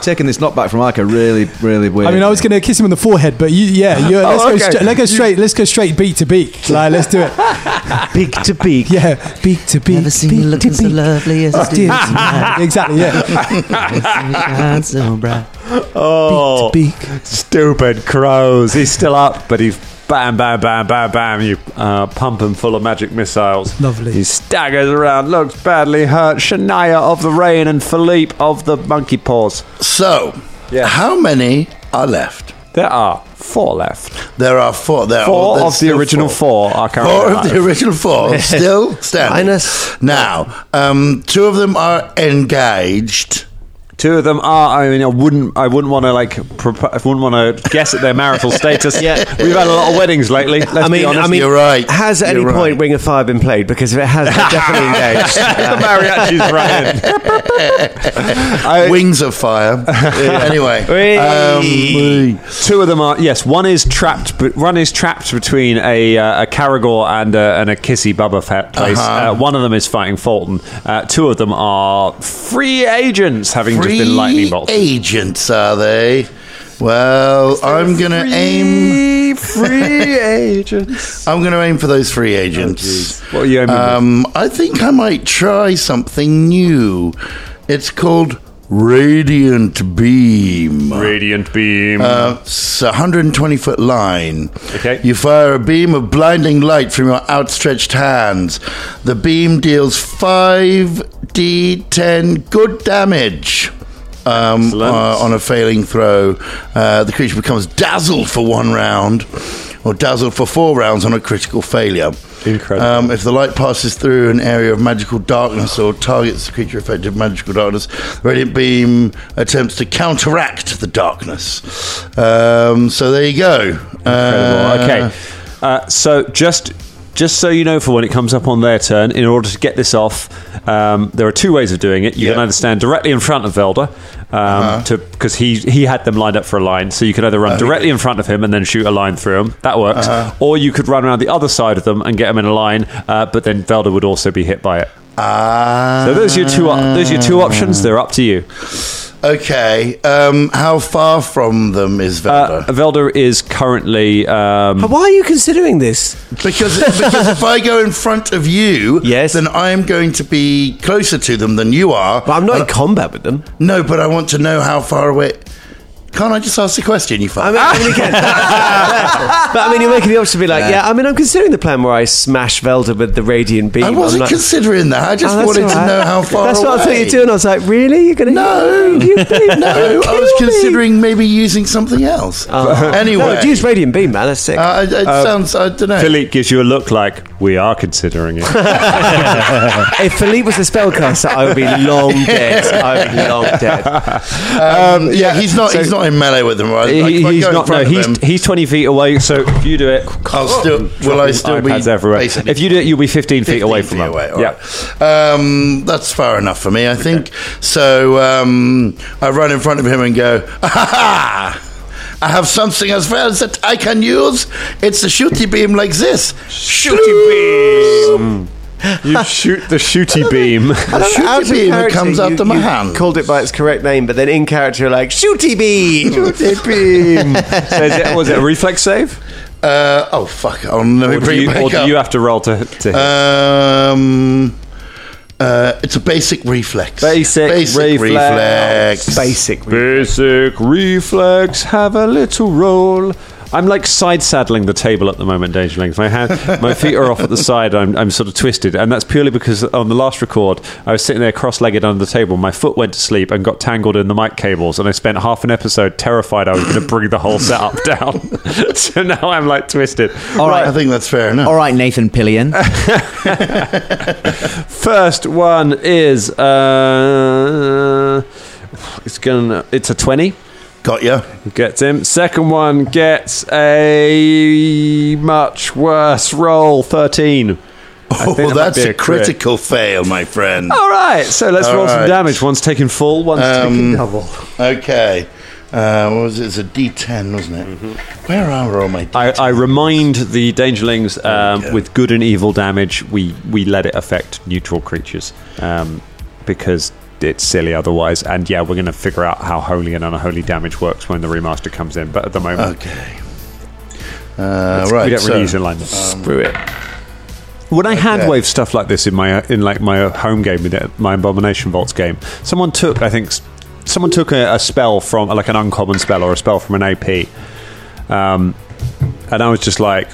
[SPEAKER 8] taking this knockback from Arca really, really weird.
[SPEAKER 6] I mean, I was going to kiss him on the forehead, but you, yeah, you let's,
[SPEAKER 4] okay.
[SPEAKER 6] go stra- let's go straight. Let's go straight beak to beak. Like, let's do it.
[SPEAKER 3] Beak to beak.
[SPEAKER 6] Yeah, beak to beak.
[SPEAKER 10] Never seen
[SPEAKER 6] beak
[SPEAKER 10] you look
[SPEAKER 6] to
[SPEAKER 10] so
[SPEAKER 6] beak.
[SPEAKER 10] lovely
[SPEAKER 6] <laughs>
[SPEAKER 3] Ah,
[SPEAKER 10] as I do
[SPEAKER 3] <laughs>
[SPEAKER 6] Yeah, exactly. Yeah,
[SPEAKER 10] tonight. so bright.
[SPEAKER 4] <laughs> oh,
[SPEAKER 6] beak to beak.
[SPEAKER 4] stupid crows. He's still up, but he's bam, bam, bam, bam, bam. You uh, pump him full of magic missiles.
[SPEAKER 6] Lovely.
[SPEAKER 4] He staggers around, looks badly hurt. Shania of the rain and Philippe of the monkey paws.
[SPEAKER 2] So,
[SPEAKER 4] Yeah.
[SPEAKER 2] how many are left?
[SPEAKER 4] There are four left.
[SPEAKER 2] There are four. There
[SPEAKER 4] Four
[SPEAKER 2] are, Oh, there's
[SPEAKER 4] of the
[SPEAKER 2] still
[SPEAKER 4] original four, are currently
[SPEAKER 2] Four of the
[SPEAKER 4] alive.
[SPEAKER 2] original four
[SPEAKER 4] <laughs>
[SPEAKER 2] still standing.
[SPEAKER 3] Minus-
[SPEAKER 2] now, um, two of them are engaged.
[SPEAKER 4] Two of them are. I mean, I wouldn't. I wouldn't want to like. Propo- I wouldn't want to guess at their marital
[SPEAKER 3] <laughs>
[SPEAKER 4] status. yeah, we've had a lot of weddings lately. Let's
[SPEAKER 3] <laughs> I mean,
[SPEAKER 4] be honest.
[SPEAKER 3] I mean,
[SPEAKER 2] you're right.
[SPEAKER 3] Has at any
[SPEAKER 2] You're
[SPEAKER 3] point
[SPEAKER 2] right.
[SPEAKER 3] Ring of Fire been played? Because if it has, they're
[SPEAKER 2] Ah.
[SPEAKER 3] definitely
[SPEAKER 2] <laughs>
[SPEAKER 3] engaged.
[SPEAKER 4] the mariachi's right in.
[SPEAKER 3] <laughs>
[SPEAKER 4] I-
[SPEAKER 2] Wings of
[SPEAKER 4] <laughs>
[SPEAKER 2] fire. anyway, um,
[SPEAKER 4] Two of them are yes. One is trapped, but one is trapped between a uh, a Caragor and a, and a Kissy Bubba fa- Uh-huh. place. uh one of them is fighting Fulton. Uh, two of them are free agents, having just been lightning bolts.
[SPEAKER 2] um, agents, are they? Well, I'm gonna aim.
[SPEAKER 4] Free agents.
[SPEAKER 2] I'm gonna aim for those free
[SPEAKER 4] Oh,
[SPEAKER 2] agents.
[SPEAKER 4] what are you aiming
[SPEAKER 2] Um, I think I might try something new. It's called Radiant Beam.
[SPEAKER 4] Radiant beam.
[SPEAKER 2] Uh, it's a 120 foot line.
[SPEAKER 4] Okay.
[SPEAKER 2] You fire a beam of blinding light from your outstretched hands. The beam deals 5d10 good damage. Um, uh, on a failing throw, uh, the creature becomes dazzled for one round, or dazzled for four rounds on a critical failure.
[SPEAKER 4] Incredible.
[SPEAKER 2] Um, if the light passes through an area of magical darkness or targets the creature affected by magical darkness, the radiant beam attempts to counteract the darkness. Um, so there you go. Uh,
[SPEAKER 4] Incredible. okay. Uh, so just just so you know, for when it comes up on their turn, in order to get this off, um, there are two ways of doing it. You can
[SPEAKER 2] Yeah.
[SPEAKER 4] either stand directly in front of Velda, um, to because he he had them lined up for a line, so you could either run directly in front of him and then shoot a line through him. That works. Or you could run around the other side of them and get them in a line, uh, but then Velda would also be hit by it.
[SPEAKER 2] Ah.
[SPEAKER 4] So those are your two op- those are your two options. They're up to you.
[SPEAKER 2] Okay. Um, how far from them is
[SPEAKER 4] Uh,
[SPEAKER 2] Velda?
[SPEAKER 4] Velda is currently um,
[SPEAKER 3] Why are you considering this? <laughs>
[SPEAKER 2] because because if I go in front of you,
[SPEAKER 3] Yes.
[SPEAKER 2] then I am going to be closer to them than you are. Uh,
[SPEAKER 3] But I'm not in combat with them.
[SPEAKER 2] No, but I want to know how far away. Can't I just ask the question? You fuck.
[SPEAKER 3] I mean, I mean, again, but I mean, you're making the option to be like, yeah. I mean, I'm considering the plan where I smash Velda with the radiant beam.
[SPEAKER 2] I
[SPEAKER 3] I'm
[SPEAKER 2] wasn't
[SPEAKER 3] like-
[SPEAKER 2] considering that. I just
[SPEAKER 3] Oh, that's
[SPEAKER 2] wanted
[SPEAKER 3] all
[SPEAKER 2] to
[SPEAKER 3] right.
[SPEAKER 2] know how far.
[SPEAKER 3] That's what I thought
[SPEAKER 2] away.
[SPEAKER 3] you were doing. I was like, really? You're gonna?
[SPEAKER 2] No,
[SPEAKER 3] you
[SPEAKER 2] <laughs>
[SPEAKER 3] believe-
[SPEAKER 2] no. I was
[SPEAKER 3] kill me.
[SPEAKER 2] considering maybe using something else. anyway,
[SPEAKER 3] No, use radiant beam, man. That's sick.
[SPEAKER 2] uh, it, it sounds. I don't know.
[SPEAKER 4] Philippe gives you a look like we are considering it.
[SPEAKER 3] if Philippe was the spellcaster, I would be
[SPEAKER 2] <laughs>
[SPEAKER 3] long dead. I would be long dead.
[SPEAKER 2] Um, yeah, he's not. he's not in melee with them, right? Like,
[SPEAKER 4] He-
[SPEAKER 2] if I
[SPEAKER 4] he's
[SPEAKER 2] go in
[SPEAKER 4] not. No,
[SPEAKER 2] front of
[SPEAKER 4] he's
[SPEAKER 2] him,
[SPEAKER 4] he's twenty feet away. So if you do it, oh,
[SPEAKER 2] I'll still. Will I still be?
[SPEAKER 4] iPads everywhere.
[SPEAKER 2] basically
[SPEAKER 4] If you do it, you'll be fifteen
[SPEAKER 2] 15
[SPEAKER 4] feet away from him.
[SPEAKER 2] away, all
[SPEAKER 4] yeah.
[SPEAKER 2] right. Um, that's far enough for me, I think. So um, I run in front of him and go, "Aha! I have something as well that I can use. It's a shooty beam like this. Shooty beam.
[SPEAKER 4] You shoot the
[SPEAKER 2] <laughs>
[SPEAKER 4] shooty beam.
[SPEAKER 2] The
[SPEAKER 3] Out of
[SPEAKER 2] shooty beam that
[SPEAKER 3] character,
[SPEAKER 2] comes out
[SPEAKER 3] you-
[SPEAKER 2] of my
[SPEAKER 3] you
[SPEAKER 2] hand.
[SPEAKER 3] Called it by its correct name, but then in character, you're like shooty beam. <laughs>
[SPEAKER 4] So is it, was it a reflex save,
[SPEAKER 2] Uh, oh fuck! Oh, let me
[SPEAKER 4] or do
[SPEAKER 2] bring it
[SPEAKER 4] you,
[SPEAKER 2] back
[SPEAKER 4] or do
[SPEAKER 2] up.
[SPEAKER 4] you have to roll to, to hit?
[SPEAKER 2] Uh, um, uh, it's a basic reflex.
[SPEAKER 4] Basic reflex.
[SPEAKER 2] reflex.
[SPEAKER 3] Basic.
[SPEAKER 4] Basic reflex, have a little roll. I'm like side saddling the table at the moment, Dangerlings. My hand, my feet are off at the side. I'm, I'm sort of twisted, and that's purely because on the last record, I was sitting there cross-legged under the table. My foot went to sleep and got tangled in the mic cables, and I spent half an episode terrified I was going to bring the whole setup <laughs> down. so now I'm like twisted.
[SPEAKER 2] All right, I think that's fair enough.
[SPEAKER 8] All right, Nathan Pillion.
[SPEAKER 4] First one is uh, it's gonna it's a twenty.
[SPEAKER 2] Got you.
[SPEAKER 4] Gets him. Second one gets a much worse roll, 13.
[SPEAKER 2] Oh,
[SPEAKER 4] think that might
[SPEAKER 2] that's
[SPEAKER 4] be
[SPEAKER 2] a
[SPEAKER 4] a crit. Oh.
[SPEAKER 2] critical fail, my friend.
[SPEAKER 4] All right, so let's
[SPEAKER 2] All
[SPEAKER 4] roll
[SPEAKER 2] right.
[SPEAKER 4] some damage. One's taken full, one's taken
[SPEAKER 2] Um,
[SPEAKER 4] double.
[SPEAKER 2] Okay. Uh, what was it? It's a D10, wasn't it? Where are all my D10?
[SPEAKER 4] Mm-hmm. I, I remind the Dangerlings um,
[SPEAKER 2] Okay.
[SPEAKER 4] with good and evil damage, we, we let it affect neutral creatures um, because it's silly otherwise. And yeah, we're going to figure out how holy and unholy damage works when the remaster comes in, but at the moment,
[SPEAKER 2] okay. Uh, right.
[SPEAKER 4] we don't
[SPEAKER 2] so,
[SPEAKER 4] really use alignment.
[SPEAKER 3] Screw it.
[SPEAKER 4] um, When I hand
[SPEAKER 2] Okay.
[SPEAKER 4] wave stuff like this in my uh, in like my home game with it, my abomination vaults game, someone took I think s- someone took a, a spell from like an uncommon spell or a spell from an AP, um, and I was just like,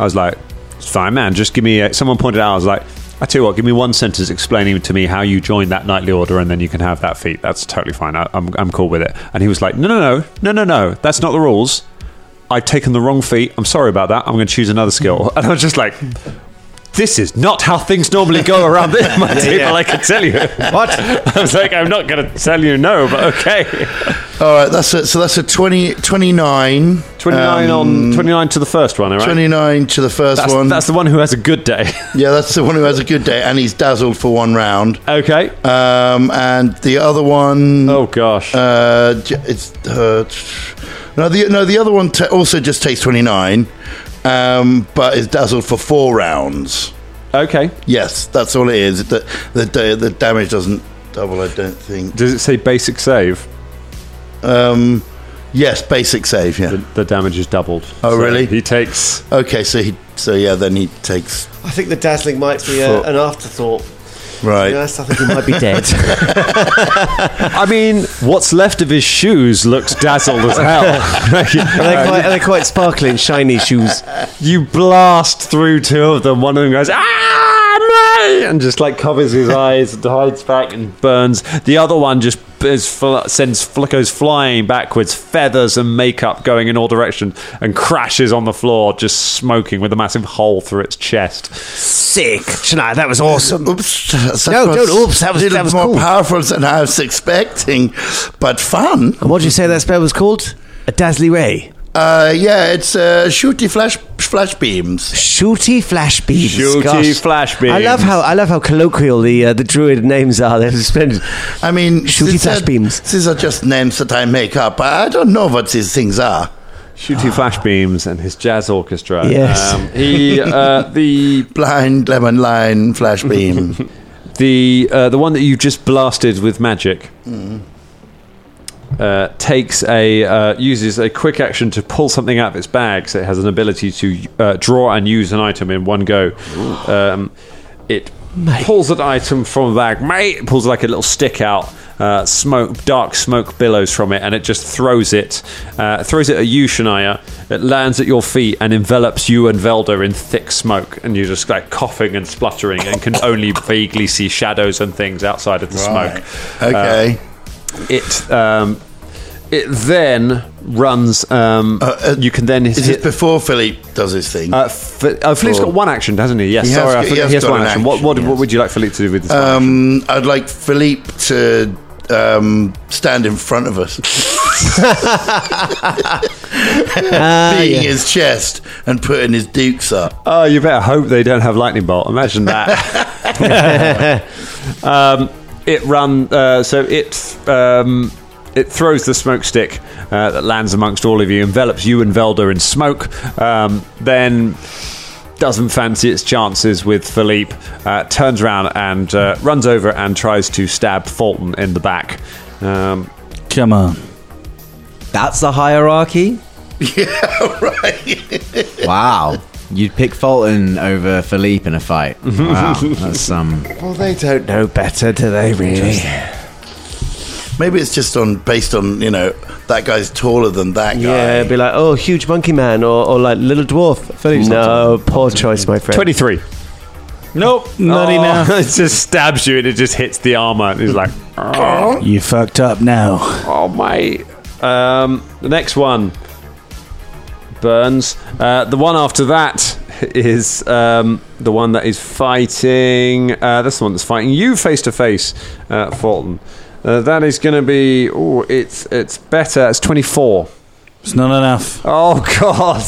[SPEAKER 4] I was like, it's fine man, just give me. A, someone pointed out I was like, I tell you what, give me one sentence explaining to me how you joined that knightly order, and then you can have that feat. That's totally fine. I, I'm I'm cool with it. And he was like, no no no no no no, that's not the rules. I've taken the wrong feat. I'm sorry about that. I'm going to choose another skill. And I was just like, this is not how things normally go around this my table, I can tell you. What? <laughs> I was like, I'm not going to tell you no, but okay.
[SPEAKER 2] All right. That's a, so that's a 20, 29.
[SPEAKER 4] 29 on 29 Um, to the first one, all right?
[SPEAKER 2] 29 to the first
[SPEAKER 4] that's,
[SPEAKER 2] one.
[SPEAKER 4] that's the one who has a good day. <laughs>
[SPEAKER 2] yeah, that's the one who has a good day, and he's dazzled for one round.
[SPEAKER 4] okay.
[SPEAKER 2] Um, and the other one.
[SPEAKER 4] Oh, gosh.
[SPEAKER 2] Uh, j- it's uh, no the no the other one ta also just takes twenty nine, um, but is dazzled for four rounds.
[SPEAKER 4] okay.
[SPEAKER 2] Yes, that's all it is. The the, the, the damage doesn't double, I don't think.
[SPEAKER 4] Does it say basic save?
[SPEAKER 2] Um, yes, basic save. Yeah, the,
[SPEAKER 4] the damage is doubled.
[SPEAKER 2] Oh,
[SPEAKER 4] So
[SPEAKER 2] really?
[SPEAKER 4] He takes.
[SPEAKER 2] Okay, so he, so yeah, then he takes
[SPEAKER 3] I think the dazzling might be a,
[SPEAKER 2] Fuck.
[SPEAKER 3] an afterthought.
[SPEAKER 2] right.
[SPEAKER 3] Yes, I think he <laughs> might be dead.
[SPEAKER 4] I mean, what's left of his shoes looks dazzled as <laughs>
[SPEAKER 3] Are they,
[SPEAKER 4] hell.
[SPEAKER 3] quite, are they quite sparkling, shiny shoes?
[SPEAKER 4] you blast through two of them. One of them goes, ah, mate! And just like covers <laughs> his eyes and hides back and burns. The other one just is fl- sends flickers flying backwards, feathers and makeup going in all directions, and crashes on the floor, just smoking with a massive hole through its chest.
[SPEAKER 3] Sick. Shania, that was awesome.
[SPEAKER 2] Oops, that
[SPEAKER 3] No,
[SPEAKER 2] was
[SPEAKER 3] don't oops, that was-
[SPEAKER 2] a little
[SPEAKER 3] that was
[SPEAKER 2] more
[SPEAKER 3] cool.
[SPEAKER 2] powerful than I was expecting, but fun.
[SPEAKER 3] And what did you say that spell was called? A dazzly ray.
[SPEAKER 2] Uh, yeah, it's uh, shooty flash flash beams.
[SPEAKER 3] Shooty flash beams.
[SPEAKER 4] Shooty
[SPEAKER 3] Gosh.
[SPEAKER 4] flash
[SPEAKER 3] I love
[SPEAKER 4] beams.
[SPEAKER 3] how I love how colloquial the uh, the druid names are. They're suspended.
[SPEAKER 2] I mean,
[SPEAKER 3] Shooty
[SPEAKER 2] these
[SPEAKER 3] flash
[SPEAKER 2] are-
[SPEAKER 3] beams.
[SPEAKER 2] These are just names that I make up. I don't know what these things are.
[SPEAKER 4] Shooting flash beams and his jazz orchestra.
[SPEAKER 3] Yes.
[SPEAKER 4] Um, he uh, the
[SPEAKER 2] Blind lemon line flash
[SPEAKER 3] <laughs>
[SPEAKER 2] beam.
[SPEAKER 4] the uh, the one that you just blasted with magic uh, takes a uh, uses a quick action to pull something out of its bag, so it has an ability to uh, draw and use an item in one go. Um, it pulls an item from a bag, mate. It pulls like a little stick out. Uh, smoke, dark smoke billows from it, and it just throws it, uh, throws it at you, Shania. It lands at your feet and envelops you and Velda in thick smoke, and you're just like coughing and spluttering, and can only vaguely see shadows and things outside of the
[SPEAKER 2] Right.
[SPEAKER 4] smoke. Uh,
[SPEAKER 2] Okay.
[SPEAKER 4] it um, it then runs. Um,
[SPEAKER 2] uh,
[SPEAKER 4] you can then
[SPEAKER 2] Is this
[SPEAKER 4] hit.
[SPEAKER 2] before Philippe does his thing?
[SPEAKER 3] Um,
[SPEAKER 4] uh, Fi- uh, Philippe's
[SPEAKER 2] Or-
[SPEAKER 4] got one action, hasn't he? Yes.
[SPEAKER 2] He has
[SPEAKER 4] sorry,
[SPEAKER 2] got-
[SPEAKER 4] I
[SPEAKER 2] he
[SPEAKER 4] forgot.
[SPEAKER 2] has
[SPEAKER 4] He has
[SPEAKER 2] got
[SPEAKER 4] one
[SPEAKER 2] an
[SPEAKER 4] action. What, what,
[SPEAKER 2] action,
[SPEAKER 4] what
[SPEAKER 2] yes.
[SPEAKER 4] would you like Philippe to do with this? one action?
[SPEAKER 2] um, I'd like Philippe to um, stand in front of
[SPEAKER 3] <laughs>
[SPEAKER 2] us,
[SPEAKER 3] Ah,
[SPEAKER 2] <laughs> beating his chest and putting his dukes up.
[SPEAKER 4] Oh, you better hope they don't have lightning bolt. Imagine that. <laughs> um, it run uh, so it um, it throws the smoke stick uh, that lands amongst all of you, envelops you and Velda in smoke. Um, then doesn't fancy its chances with Philippe. Uh, turns around and uh, runs over and tries to stab Fulton in the back. Um,
[SPEAKER 9] Come on.
[SPEAKER 8] That's the hierarchy.
[SPEAKER 2] Yeah, right.
[SPEAKER 8] Wow. You'd pick Fulton over Philippe in a fight. Wow, that's um.
[SPEAKER 3] Well, they don't know better, do they? Really?
[SPEAKER 2] Maybe it's just on based on you know that guy's taller than that guy.
[SPEAKER 3] Yeah, it'd be like, oh, huge monkey man, or, or like little dwarf. no, poor choice, my friend.
[SPEAKER 4] Twenty-three. Nope, not enough. <laughs> It just stabs you and it just hits the armor. And he's like,
[SPEAKER 9] You fucked up now.
[SPEAKER 4] Oh my! Um, the next one burns. Uh, the one after that <laughs> is um, the one that is fighting. Uh, that's the one that's fighting you face to face, uh, Fulton. Uh, that is going to be. Oh, it's it's better. It's twenty four.
[SPEAKER 9] It's not enough.
[SPEAKER 4] Oh God!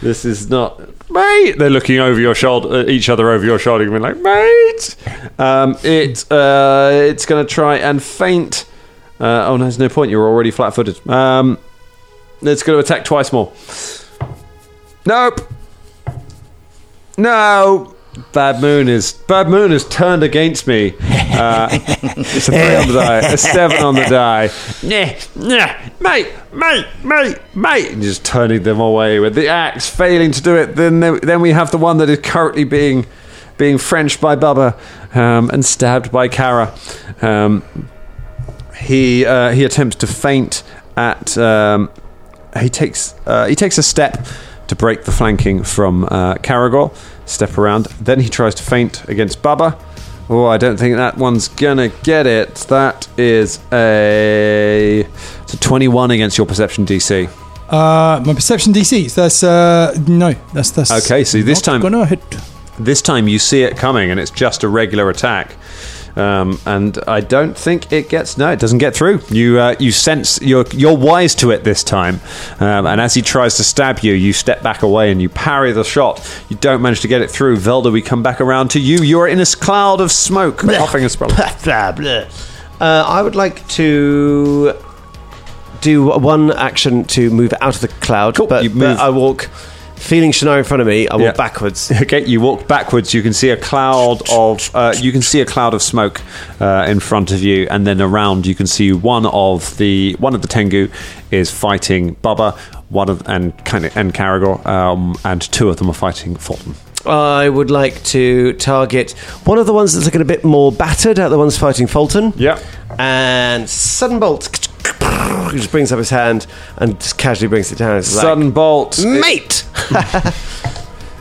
[SPEAKER 4] This is not mate. They're looking over your shoulder, at each other over your shoulder, and being like, mate. Um, it uh, it's going to try and faint. Uh, oh no, there's no point. You're already flat-footed. Um, it's going to attack twice more. Nope. No. Bad Moon is Bad Moon has turned against me. Uh, it's a three on the die, a seven on the <laughs> die. Nah, nah, mate, mate, mate, mate, and just turning them away with the axe, failing to do it. Then they- then we have the one that is currently being being Frenched by Bubba um, and stabbed by Kara. Um, he uh, he attempts to faint at um, he takes uh, he takes a step to break the flanking from uh, Caragor step around then he tries to faint against Baba oh I don't think that one's gonna get it that is a it's a 21 against your perception DC
[SPEAKER 6] Uh, my perception DCs. That's uh, no. That's that's.
[SPEAKER 4] Okay, so this
[SPEAKER 6] not
[SPEAKER 4] time-
[SPEAKER 6] gonna hit.
[SPEAKER 4] this time you see it coming and it's just a regular attack um, and I don't think it gets no it doesn't get through you uh, you sense you're you're wise to it this time um, and as he tries to stab you you step back away and you parry the shot you don't manage to get it through Velda we come back around to you you're in a cloud of smoke coughing and spelling
[SPEAKER 3] blah, blah. Uh, I would like to do one action to move out of the cloud,
[SPEAKER 4] Cool,
[SPEAKER 3] but,
[SPEAKER 4] you
[SPEAKER 3] but
[SPEAKER 4] move.
[SPEAKER 3] I walk feeling Shania in front of me, I walk
[SPEAKER 4] Yeah. <laughs>
[SPEAKER 3] backwards.
[SPEAKER 4] Okay, you walk backwards. You can see a cloud of uh, you can see a cloud of smoke uh, in front of you, and then around you can see one of the one of the Tengu is fighting Bubba, one of and kind of and Caragor, um, and two of them are fighting Fulton.
[SPEAKER 3] I would like to target one of the ones that's looking a bit more battered, out of the ones fighting Fulton.
[SPEAKER 4] Yeah.
[SPEAKER 3] And sudden bolt <laughs> just brings up his hand and just casually brings it down. It's like,
[SPEAKER 4] Sudden bolt,
[SPEAKER 3] mate.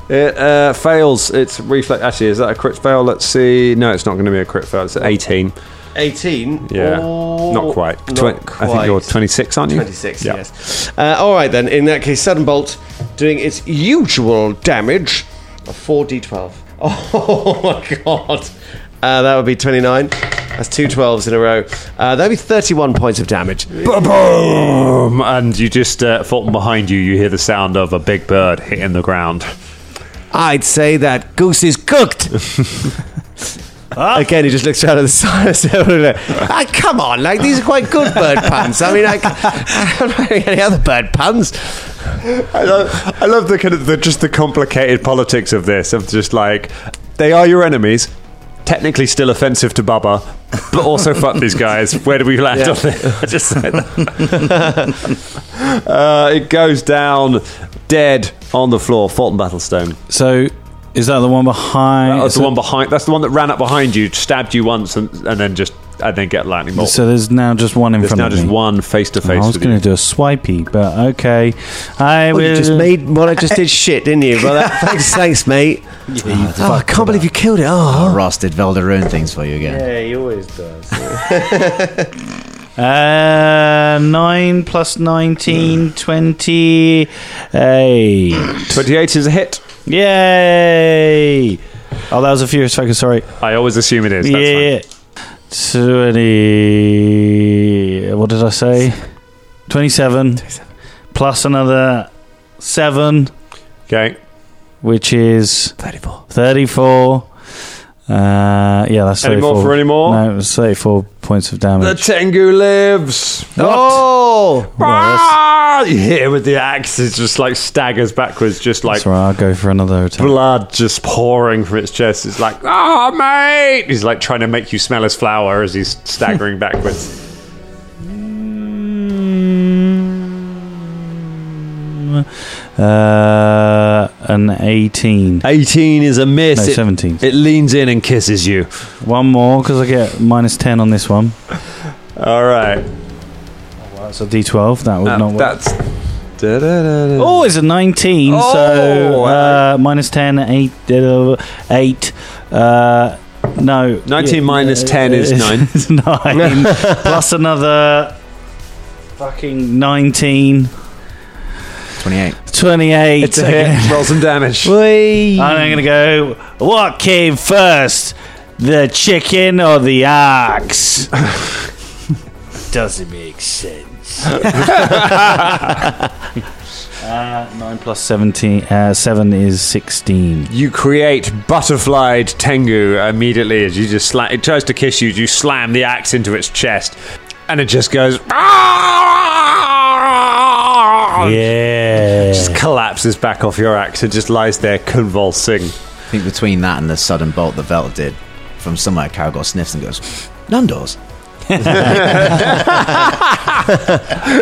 [SPEAKER 4] It uh, fails. It's reflex. Actually, is that a crit fail? Let's see. No, it's not going to be a crit fail. It's at eighteen.
[SPEAKER 3] 18.
[SPEAKER 4] Yeah,
[SPEAKER 3] or-
[SPEAKER 4] not quite.
[SPEAKER 3] Oh, not
[SPEAKER 4] Twen- I think
[SPEAKER 3] quite.
[SPEAKER 4] you're twenty-six, aren't you?
[SPEAKER 3] 26,
[SPEAKER 4] Yeah.
[SPEAKER 3] yes. Uh, all right, then. In that case, Sudden Bolt doing its usual damage of 4d12. <laughs> Oh, my God. Uh, that would be 29. That's two 12s in a row. Uh, that would be 31 points of damage.
[SPEAKER 4] Boom! And you just uh, Fulton behind you. You hear the sound of a big bird hitting the ground.
[SPEAKER 3] I'd say that goose
[SPEAKER 4] <laughs>
[SPEAKER 3] is cooked. Again, he just looks out of the <laughs> side. of the- ah, come on, like these are quite good bird puns. I mean, <laughs> I, I'm not having any other bird puns.
[SPEAKER 4] I love, I love the kind of the, just the complicated politics of this. Of just like they are your enemies, technically still offensive to Baba, but also fuck these guys. Where do we land
[SPEAKER 3] Yeah.
[SPEAKER 4] on this? <laughs> I just said that. uh, it goes down dead on the floor. Fulton Battlestone.
[SPEAKER 9] So, is that the one behind?
[SPEAKER 4] That's
[SPEAKER 9] Oh, so-
[SPEAKER 4] the one behind. That's the one that ran up behind you, stabbed you once, and, and then just and then get lightning bolt.
[SPEAKER 9] So there's now just one in
[SPEAKER 4] There's
[SPEAKER 9] front
[SPEAKER 4] now
[SPEAKER 9] of
[SPEAKER 4] just
[SPEAKER 9] me.
[SPEAKER 4] one face to
[SPEAKER 9] I
[SPEAKER 4] face
[SPEAKER 9] was
[SPEAKER 4] with
[SPEAKER 9] going
[SPEAKER 4] you.
[SPEAKER 9] to do a swipey, but okay. I
[SPEAKER 3] Well, you
[SPEAKER 9] will.
[SPEAKER 3] just made what I <laughs> just did shit, didn't you? Well, that, thanks, thanks, mate. oh, I can't believe you killed it. Oh,
[SPEAKER 8] Ross did Velda ruin things for you again.
[SPEAKER 4] Yeah, he always does.
[SPEAKER 9] Uh, 9 plus 19, 28.
[SPEAKER 4] Twenty-eight is a hit.
[SPEAKER 9] Yay! Oh, that was a furious focus, sorry.
[SPEAKER 4] I always assume it is. That's fine.
[SPEAKER 9] yeah. 20. What did I say? 27. Plus another 7,
[SPEAKER 4] Okay.
[SPEAKER 9] which is 34. 34. Uh, yeah, that's 34.
[SPEAKER 4] Any more for any more?
[SPEAKER 9] No, it was 34 points of damage.
[SPEAKER 4] The Tengu lives.
[SPEAKER 3] Oh!
[SPEAKER 4] Ah! You hit it with the axe. It just like staggers backwards, just like
[SPEAKER 9] That's right, I'll go for another attack.
[SPEAKER 4] blood just pouring from its chest. It's like, ah, mate. He's like trying to make you smell his flower as
[SPEAKER 9] <laughs>
[SPEAKER 4] he's staggering backwards.
[SPEAKER 9] Uh, an 18.
[SPEAKER 4] 18 is a miss.
[SPEAKER 9] No, 17.
[SPEAKER 4] It leans in and kisses you.
[SPEAKER 9] One more, because I get minus 10 on this one.
[SPEAKER 4] All right.
[SPEAKER 9] That's a d12. That would not
[SPEAKER 4] Um,
[SPEAKER 9] work.
[SPEAKER 4] that's. Da-da-da-da.
[SPEAKER 9] Oh, it's a 19, so
[SPEAKER 4] Oh,
[SPEAKER 9] uh, minus 10, 8. uh, eight uh, no.
[SPEAKER 4] 19 minus 10 <laughs>
[SPEAKER 9] <laughs>
[SPEAKER 4] is nine.
[SPEAKER 9] is 9.
[SPEAKER 4] <laughs>
[SPEAKER 9] Plus another fucking 19.
[SPEAKER 8] 28.
[SPEAKER 9] 28.
[SPEAKER 4] It's
[SPEAKER 9] <laughs>
[SPEAKER 4] a hit. Roll some damage.
[SPEAKER 9] And I'm going to go, what came first? The chicken or the axe? Doesn't make sense. <laughs> uh, 9 plus 17, uh, 7 is 16.
[SPEAKER 4] You create butterflied Tengu immediately as you just sla- it tries to kiss you. You slam the axe into its chest, and it just goes. Yeah.
[SPEAKER 9] Yeah.
[SPEAKER 4] Just collapses back off your axe. It just lies there convulsing. <laughs>
[SPEAKER 8] I think between that and the sudden bolt that Velda did from somewhere, Caragor sniffs and goes, Nando's.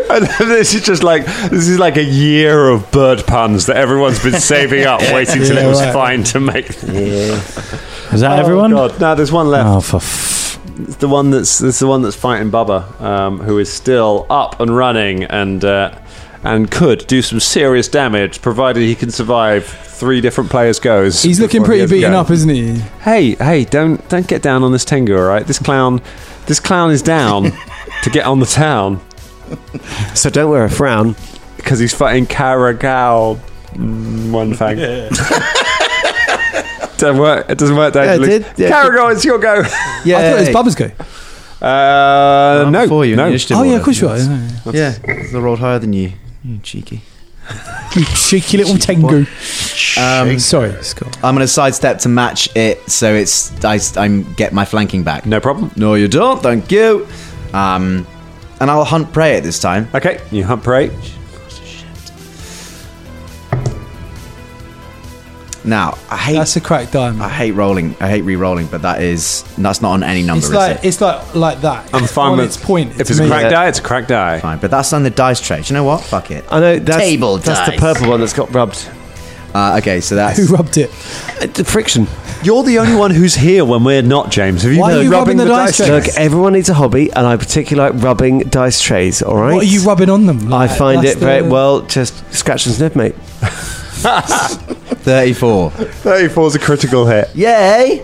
[SPEAKER 4] And this is just like this is like a year of bird puns that everyone's been saving up, waiting till it was
[SPEAKER 6] right.
[SPEAKER 4] fine to make.
[SPEAKER 9] Is that everyone?
[SPEAKER 4] Oh, God. No, there's one left.
[SPEAKER 9] Oh, for f-
[SPEAKER 4] It's the one that's it's the one that's fighting Bubba, um, who is still up and running and uh, and could do some serious damage, provided he can survive three different players' goes.
[SPEAKER 6] He's looking
[SPEAKER 4] before he
[SPEAKER 6] pretty
[SPEAKER 4] has to
[SPEAKER 6] beaten
[SPEAKER 4] go.
[SPEAKER 6] up, isn't he?
[SPEAKER 4] Hey, hey, don't don't get down on this Tengu, all right? This clown, this clown is down to get on the <laughs> town
[SPEAKER 3] So don't wear a frown.
[SPEAKER 4] because he's fighting Karagao. Mm, one thing. <laughs> Don't work. It doesn't work,
[SPEAKER 3] Yeah, it
[SPEAKER 4] Dave.
[SPEAKER 3] did, yeah.
[SPEAKER 4] Karagao, it's your <laughs> go.
[SPEAKER 6] Yeah. I thought it was Bubba's go.
[SPEAKER 4] Uh, no,
[SPEAKER 8] Before you,
[SPEAKER 4] no.
[SPEAKER 8] initiative
[SPEAKER 6] Oh, yeah,
[SPEAKER 8] order.
[SPEAKER 6] of course you are.
[SPEAKER 8] Yes.
[SPEAKER 6] yeah.
[SPEAKER 8] Yeah, 'cause I rolled higher than you. You cheeky.
[SPEAKER 6] You cheeky little Tengu.
[SPEAKER 8] Um,
[SPEAKER 6] Sorry, Scott.
[SPEAKER 8] I'm going to sidestep to match it so it's I, am get my flanking back.
[SPEAKER 4] No problem.
[SPEAKER 8] No, you don't. Thank you. Um, and I'll hunt prey at this time.
[SPEAKER 4] Okay, you hunt prey.
[SPEAKER 8] Now, I hate
[SPEAKER 6] that's a crack diamond.
[SPEAKER 8] I hate rolling. I hate re-rolling, but that is that's not on any number.
[SPEAKER 6] It's
[SPEAKER 8] is
[SPEAKER 6] like
[SPEAKER 8] it?
[SPEAKER 6] it's like like that.
[SPEAKER 8] I'm fine
[SPEAKER 6] on
[SPEAKER 8] with-
[SPEAKER 6] its point.
[SPEAKER 8] if it's a
[SPEAKER 6] me.
[SPEAKER 8] crack
[SPEAKER 3] die, it's a crack die.
[SPEAKER 8] Fine, but that's on the dice tray. Do you know what? Fuck it.
[SPEAKER 3] I know that's,
[SPEAKER 8] Table
[SPEAKER 3] that's the
[SPEAKER 8] dice.
[SPEAKER 3] purple one that's got rubbed.
[SPEAKER 8] Uh, okay, so that's
[SPEAKER 6] Who rubbed it?
[SPEAKER 3] Uh, The friction.
[SPEAKER 4] You're the only one who's here when we're not, James. Have you
[SPEAKER 6] Why are
[SPEAKER 4] been
[SPEAKER 6] you rubbing the dice trays?
[SPEAKER 3] Look, everyone needs a hobby, and I particularly like rubbing dice trays. All right.
[SPEAKER 6] What are you rubbing on them?
[SPEAKER 3] I
[SPEAKER 6] Like,
[SPEAKER 3] find
[SPEAKER 6] that's
[SPEAKER 3] it very
[SPEAKER 6] the-
[SPEAKER 3] well. Just scratch and sniff, mate.
[SPEAKER 8] Thirty-four.
[SPEAKER 4] 34 is a critical hit.
[SPEAKER 8] Yay!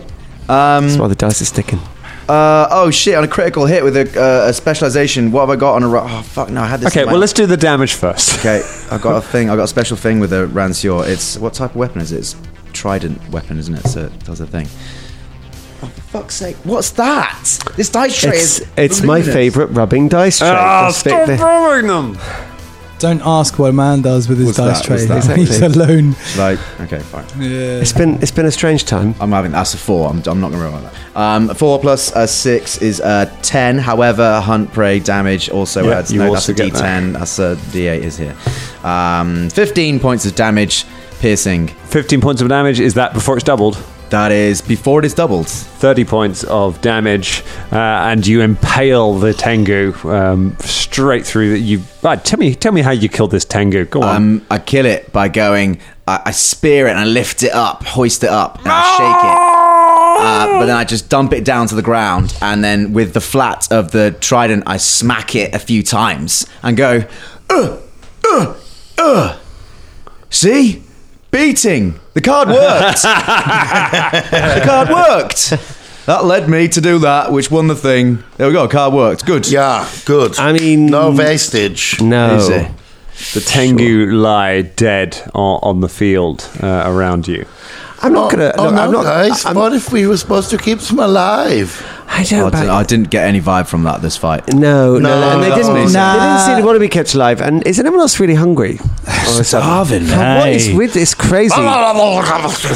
[SPEAKER 8] Um,
[SPEAKER 3] That's why the dice is sticking.
[SPEAKER 8] uh, oh shit! On a critical hit with a, uh, a specialization, what have I got on a? Ro- oh fuck! No, I had this.
[SPEAKER 4] Okay,
[SPEAKER 8] in my-
[SPEAKER 4] well, let's do the damage first.
[SPEAKER 8] <laughs> Okay, I got a thing. I got a special thing with a Rancior. It's what type of weapon is it? It's trident weapon, isn't it? So it does a thing. Oh, for fuck's sake! What's that? This dice tray
[SPEAKER 3] It's,
[SPEAKER 8] is.
[SPEAKER 3] it's my
[SPEAKER 8] luminous.
[SPEAKER 3] favourite rubbing dice tray. I'll stick the-
[SPEAKER 4] rubbing them!
[SPEAKER 6] Don't ask what a man does with his
[SPEAKER 8] What's
[SPEAKER 6] dice
[SPEAKER 8] that?
[SPEAKER 6] tray. <laughs>
[SPEAKER 8] What's that?
[SPEAKER 6] He's alone.
[SPEAKER 8] Like, okay, fine.
[SPEAKER 6] Yeah.
[SPEAKER 3] It's been it's been a strange time.
[SPEAKER 8] I'm having that's a four. I'm, I'm not gonna roll like that. Um, four plus a six is a ten. However, hunt prey damage also
[SPEAKER 4] Yeah,
[SPEAKER 8] adds.
[SPEAKER 4] you
[SPEAKER 8] No,
[SPEAKER 4] also
[SPEAKER 8] that's a
[SPEAKER 4] get that.
[SPEAKER 8] D10. That's a D8 is here. Um, Fifteen points of damage, piercing.
[SPEAKER 4] 15 points of damage. Is that before it's doubled?
[SPEAKER 8] That is before it is doubled.
[SPEAKER 4] 30 points of damage, uh, and you impale the Tengu um, straight through. The, you uh, tell me, tell me how you killed this Tengu. Go on.
[SPEAKER 8] Um, I kill it by going. I, I spear it and I lift it up, hoist it up, and I shake it. Uh, but then I just dump it down to the ground, and then with the flat of the trident, I smack it a few times and go, "Uh, "Ugh, ugh, ugh." See, beating the card worked. the card worked. That led me to do that, which won the thing. There we go. Card worked. Good.
[SPEAKER 2] Yeah, good.
[SPEAKER 3] I mean,
[SPEAKER 2] no vestige.
[SPEAKER 3] no.
[SPEAKER 8] Easy.
[SPEAKER 4] the Tengu lie dead on, on the field uh, around you.
[SPEAKER 3] I'm not gonna.
[SPEAKER 2] Oh,
[SPEAKER 3] look,
[SPEAKER 2] no,
[SPEAKER 3] I'm not.
[SPEAKER 2] guys.
[SPEAKER 3] I'm-
[SPEAKER 2] what if we were supposed to keep them alive?
[SPEAKER 3] I don't.
[SPEAKER 8] I, didn't, I didn't get any vibe from that this fight.
[SPEAKER 3] No, no,
[SPEAKER 2] No,
[SPEAKER 3] and they
[SPEAKER 2] that's
[SPEAKER 3] didn't.
[SPEAKER 2] amazing.
[SPEAKER 3] They didn't seem to want to be kept alive. And is anyone else really hungry? Starving. What is
[SPEAKER 9] Hey.
[SPEAKER 3] with this crazy?
[SPEAKER 2] Oh,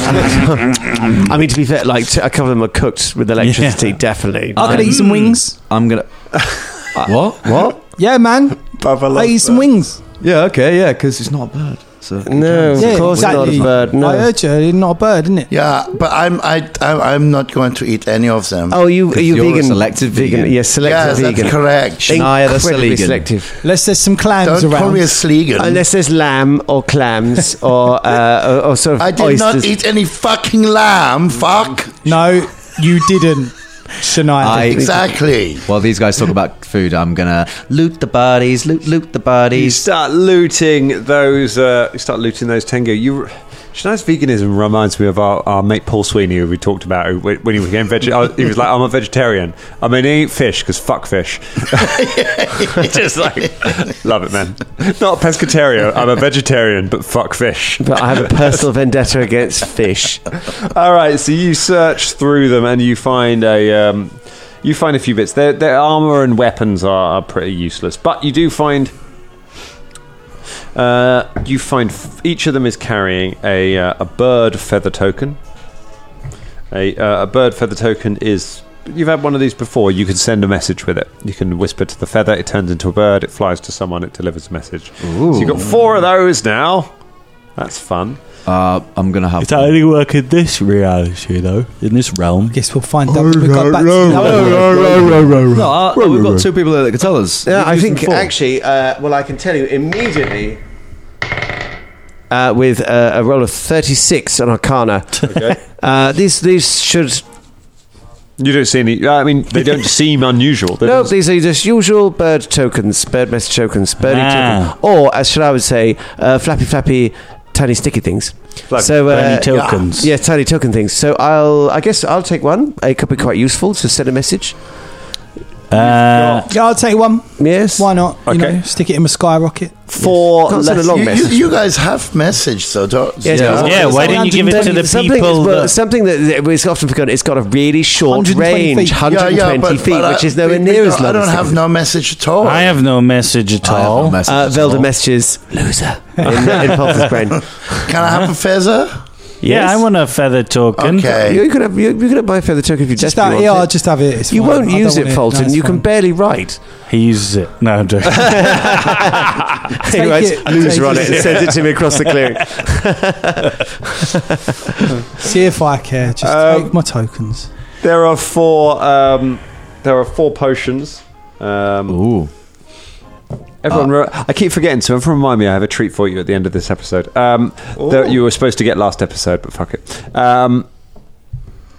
[SPEAKER 3] I mean, to be fair, like t- a couple of them are cooked with electricity, definitely.
[SPEAKER 6] I could eat some wings.
[SPEAKER 8] Um, I'm gonna. what? What?
[SPEAKER 6] Yeah, man. I eat some wings.
[SPEAKER 8] Yeah, okay, yeah, because it's not a bird. So
[SPEAKER 3] no,
[SPEAKER 6] Yeah,
[SPEAKER 3] of course
[SPEAKER 6] exactly.
[SPEAKER 3] not a bird. No.
[SPEAKER 6] I heard you. It's not a bird, isn't it?
[SPEAKER 2] Yeah, but I'm I, I I'm not going to eat any of them.
[SPEAKER 3] oh, you are you
[SPEAKER 8] you're a
[SPEAKER 3] vegan?
[SPEAKER 8] selective vegan.
[SPEAKER 3] Yes, selective
[SPEAKER 2] yes,
[SPEAKER 3] vegan.
[SPEAKER 2] that's correct.
[SPEAKER 8] Shania the
[SPEAKER 3] Incredibly
[SPEAKER 8] Slegan.
[SPEAKER 3] selective.
[SPEAKER 6] Unless there's some clams
[SPEAKER 2] Don't call
[SPEAKER 6] around.
[SPEAKER 2] me a slegan.
[SPEAKER 3] Unless there's lamb or clams <laughs> or, uh, or, or sort of
[SPEAKER 2] I did
[SPEAKER 3] oysters.
[SPEAKER 2] not eat any fucking lamb. Fuck.
[SPEAKER 6] no, you didn't, Shania.
[SPEAKER 8] I-
[SPEAKER 2] Exactly.
[SPEAKER 8] While these guys talk about food, I'm gonna loot the bodies, loot, loot the
[SPEAKER 4] You
[SPEAKER 8] bodies.
[SPEAKER 4] start looting those. Uh, you start looting those Tengu. You. Shania's veganism reminds me of our, our mate Paul Sweeney, who we talked about who- when he became vegetarian. he was like, "I'm a vegetarian. I mean, I eat fish because fuck fish." <laughs> Just like, love it, man. Not a pescatarian. I'm a vegetarian, but fuck fish.
[SPEAKER 3] but I have a personal <laughs> vendetta against fish.
[SPEAKER 4] All right, so you search through them and you find a um, you find a few bits. Their, their armor and weapons are, are pretty useless, but you do find uh, you find f- each of them is carrying a uh, a bird feather token. A uh, a bird feather token is you've had one of these before. You can send a message with it. You can whisper to the feather. It turns into a bird. It flies to someone. It delivers a message. So you've got four of those now. That's fun.
[SPEAKER 8] Uh, I'm gonna have.
[SPEAKER 9] It's only work in this reality, though, in this realm.
[SPEAKER 6] guess we'll find out. when We got back to that.
[SPEAKER 8] No, uh, we've got two people here that can tell us.
[SPEAKER 3] Yeah, I
[SPEAKER 8] Who's
[SPEAKER 3] think
[SPEAKER 8] before?
[SPEAKER 3] actually, uh, well, I can tell you immediately. Uh, with uh, a roll of 36 on Arcana. Okay. <laughs> Uh, these these should.
[SPEAKER 4] You don't see any. I mean, they <laughs> don't seem unusual. They
[SPEAKER 3] No,
[SPEAKER 4] don't-
[SPEAKER 3] these are just usual bird tokens, bird message tokens, birdie
[SPEAKER 9] Ah.
[SPEAKER 3] tokens. Or, as Shall I would say, uh, flappy, flappy, tiny, sticky things.
[SPEAKER 4] Flappy,
[SPEAKER 3] so, uh,
[SPEAKER 9] Tiny tokens.
[SPEAKER 3] Yeah, tiny token things. So I'll, I guess I'll take one. It could be quite useful to send a message.
[SPEAKER 9] Uh,
[SPEAKER 6] Yeah, I'll take one.
[SPEAKER 3] Yes.
[SPEAKER 6] Why not? You
[SPEAKER 4] Okay.
[SPEAKER 6] know, stick it in my skyrocket.
[SPEAKER 4] four
[SPEAKER 3] Can't send a
[SPEAKER 4] less.
[SPEAKER 3] long
[SPEAKER 2] You, you,
[SPEAKER 3] message.
[SPEAKER 2] you guys have message, so don't.
[SPEAKER 3] Yes, but-
[SPEAKER 6] Yeah,
[SPEAKER 11] why didn't you give it to the
[SPEAKER 3] something,
[SPEAKER 11] people
[SPEAKER 3] well,
[SPEAKER 11] that-
[SPEAKER 3] something that that is often forgotten. It's got a really short
[SPEAKER 6] 120
[SPEAKER 3] range,
[SPEAKER 6] feet.
[SPEAKER 3] 120 feet, which is nowhere near as long.
[SPEAKER 2] I don't
[SPEAKER 3] as
[SPEAKER 2] have
[SPEAKER 3] things.
[SPEAKER 2] no message at all.
[SPEAKER 9] I have no message at
[SPEAKER 8] I have
[SPEAKER 9] all.
[SPEAKER 8] a message
[SPEAKER 3] Uh,
[SPEAKER 8] as
[SPEAKER 3] Velda
[SPEAKER 4] <laughs>
[SPEAKER 8] well.
[SPEAKER 3] messages loser in, in Popper's brain.
[SPEAKER 2] Can I have a feather?
[SPEAKER 9] Yes?
[SPEAKER 10] Yeah, I want a feather token.
[SPEAKER 3] You could have you, you could have my feather token if you
[SPEAKER 6] Just have
[SPEAKER 3] desperately
[SPEAKER 6] yeah,
[SPEAKER 3] want
[SPEAKER 6] I'll
[SPEAKER 3] it.
[SPEAKER 6] just have it. It's
[SPEAKER 3] you
[SPEAKER 6] fine.
[SPEAKER 3] won't
[SPEAKER 6] I don't
[SPEAKER 3] use
[SPEAKER 6] want
[SPEAKER 3] it, Fulton.
[SPEAKER 6] No, it's
[SPEAKER 3] you
[SPEAKER 6] fine.
[SPEAKER 3] can barely write.
[SPEAKER 10] He uses it. No, I'm joking.
[SPEAKER 3] He
[SPEAKER 6] Take
[SPEAKER 3] writes
[SPEAKER 6] it.
[SPEAKER 3] loser
[SPEAKER 6] Take
[SPEAKER 3] on it and
[SPEAKER 6] it.
[SPEAKER 3] sends it to me across the clearing.
[SPEAKER 6] See if I care. Just
[SPEAKER 4] Um,
[SPEAKER 6] take my tokens.
[SPEAKER 4] There are four. Um, there are four potions. Um,
[SPEAKER 8] Ooh.
[SPEAKER 4] Everyone, re- I keep forgetting. So everyone, remind me. I have a treat for you at the end of this episode. Um, that you were supposed to get last episode, but fuck it. Um,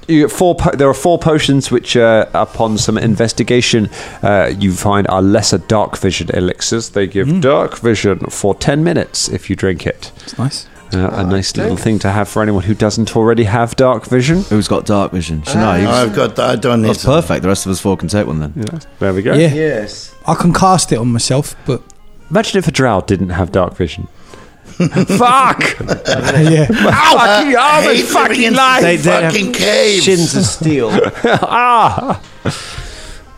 [SPEAKER 4] you get four. Po- there are four potions which, uh, upon some investigation, uh, you find are lesser dark vision elixirs. They give dark vision for ten minutes if you drink it.
[SPEAKER 6] It's nice.
[SPEAKER 4] Uh, a nice little thing to have for anyone who doesn't already have dark vision.
[SPEAKER 8] Who's got dark vision? Shania, you've-
[SPEAKER 2] Ah, I've got that. I don't need
[SPEAKER 8] that's
[SPEAKER 2] some.
[SPEAKER 8] perfect. The rest of us four can take one then.
[SPEAKER 4] There we go.
[SPEAKER 6] Yeah. Yes. I can cast it on myself,
[SPEAKER 8] <laughs>
[SPEAKER 6] but
[SPEAKER 4] Imagine if a drow didn't have dark <laughs> vision. Fuck!
[SPEAKER 6] yeah.
[SPEAKER 4] Ow! Fucking arm
[SPEAKER 2] Hey,
[SPEAKER 4] and fucking life!
[SPEAKER 2] They,
[SPEAKER 3] They- they have
[SPEAKER 2] fucking caves.
[SPEAKER 3] Shins of steel.
[SPEAKER 4] <laughs> ah!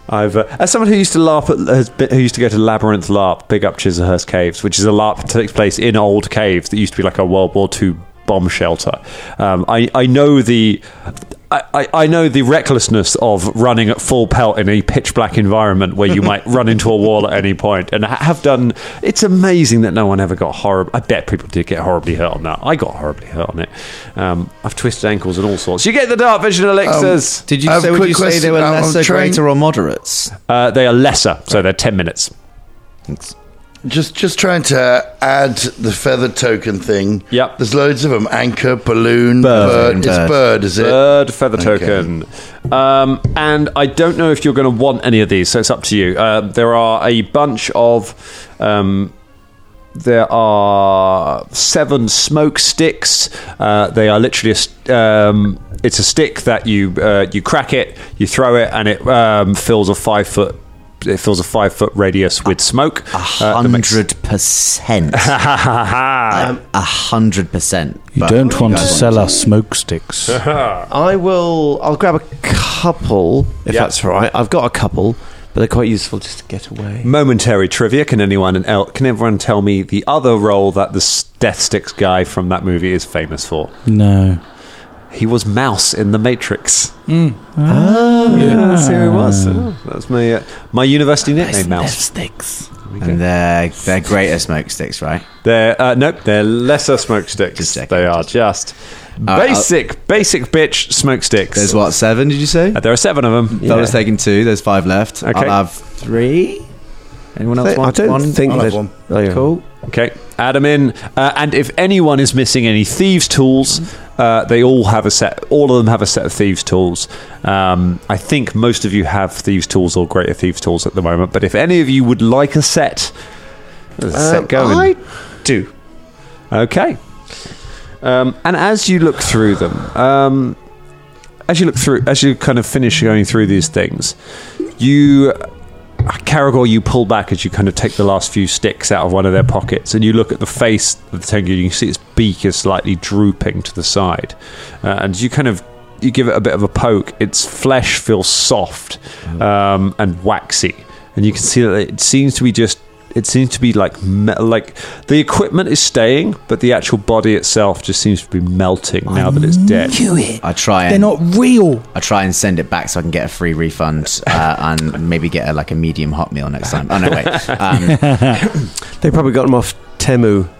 [SPEAKER 4] I've, uh, as someone who used to laugh at, has been, who used to go to Labyrinth LARP, big up Chislehurst Caves, which is a LARP that takes place in old caves that used to be like a World War II bomb shelter. Um, I, I know the. I, I- I know the recklessness of running at full pelt in a pitch black environment where you might run into a wall at any point, and I have done. It's amazing that no one ever got horrible. I bet people did get horribly hurt on that. I got horribly hurt on it. Um, I've twisted ankles and all sorts. You get the dark vision elixirs.
[SPEAKER 8] Did you
[SPEAKER 2] I have
[SPEAKER 8] say
[SPEAKER 2] a
[SPEAKER 8] would
[SPEAKER 2] quick
[SPEAKER 8] you say they
[SPEAKER 2] question
[SPEAKER 8] were
[SPEAKER 2] about
[SPEAKER 8] lesser,
[SPEAKER 2] train-
[SPEAKER 8] greater, or moderates?
[SPEAKER 4] Uh, they are lesser, so they're 10 minutes.
[SPEAKER 2] Just, just trying to add the feather token thing.
[SPEAKER 4] Yep.
[SPEAKER 2] There's loads of them. Anchor, balloon,
[SPEAKER 8] Bird.
[SPEAKER 2] bird. It's bird, is it?
[SPEAKER 4] Third feather
[SPEAKER 2] Okay.
[SPEAKER 4] token. Um, and I don't know if you're going to want any of these, so it's up to you. Uh, there are a bunch of. Um, there are seven smoke sticks. Uh, they are literally a. St- um, it's a stick that you uh, you crack it, you throw it, and it um, fills a five foot. It fills a five foot radius with smoke.
[SPEAKER 8] A
[SPEAKER 4] Uh, that makes-
[SPEAKER 8] hundred
[SPEAKER 2] <laughs>
[SPEAKER 8] percent. A hundred percent.
[SPEAKER 9] You
[SPEAKER 8] But-
[SPEAKER 9] don't want to sell us smoke sticks.
[SPEAKER 3] I will. I'll grab a couple if
[SPEAKER 4] Yeah.
[SPEAKER 3] that's all right. I've got a couple, but they're quite useful just to get away.
[SPEAKER 4] Momentary trivia. Can anyone el- can everyone tell me the other role that the s- Death Sticks guy from that movie is famous for?
[SPEAKER 9] no.
[SPEAKER 4] He was Mouse in The Matrix.
[SPEAKER 3] Yeah,
[SPEAKER 9] that's who he was.
[SPEAKER 4] That's my uh, my university nickname, Mouse.
[SPEAKER 3] sticks.
[SPEAKER 8] And they're they're greater smoke sticks, right?
[SPEAKER 4] They're uh, nope, they're lesser smoke
[SPEAKER 8] Just
[SPEAKER 4] sticks.
[SPEAKER 8] checking,
[SPEAKER 4] They are just
[SPEAKER 8] right, I'll-
[SPEAKER 4] basic, basic bitch smoke sticks.
[SPEAKER 8] There's what seven? Did you say?
[SPEAKER 4] Uh, there are seven of them.
[SPEAKER 8] That was taking two. There's five left.
[SPEAKER 4] Okay.
[SPEAKER 8] I'll have
[SPEAKER 3] Three.
[SPEAKER 8] anyone else
[SPEAKER 3] I
[SPEAKER 8] want
[SPEAKER 3] don't
[SPEAKER 8] one?
[SPEAKER 3] think
[SPEAKER 2] I'll have
[SPEAKER 3] that-
[SPEAKER 2] one.
[SPEAKER 3] Oh, yeah.
[SPEAKER 8] Cool.
[SPEAKER 4] Okay, add them in. Uh, and if anyone is missing any thieves' tools, uh, they all have a set. All of them have a set of thieves' tools. Um, I think most of you have thieves' tools or greater thieves' tools at the moment. But if any of you would like a set, there's a set going.
[SPEAKER 3] I
[SPEAKER 4] do. Okay. Um, and as you look through them, um, as you look through, as you kind of finish going through these things, you, Caragor, you pull back as you kind of take the last few sticks out of one of their pockets, and you look at the face of the tengu. You can see its beak is slightly drooping to the side, uh, and you kind of you give it a bit of a poke. Its flesh feels soft
[SPEAKER 3] Mm.
[SPEAKER 4] um, and waxy, and you can see that it seems to be just. It seems to be like me- like the equipment is staying, but the actual body itself just seems to be melting now that it's dead.
[SPEAKER 8] I try
[SPEAKER 6] They're
[SPEAKER 8] and
[SPEAKER 6] not real.
[SPEAKER 8] I try and send it back so I can get a free refund uh, and maybe get a, like a medium hot meal next time. Oh no, wait.
[SPEAKER 6] <laughs>
[SPEAKER 8] Um,
[SPEAKER 3] They probably got them off Temu,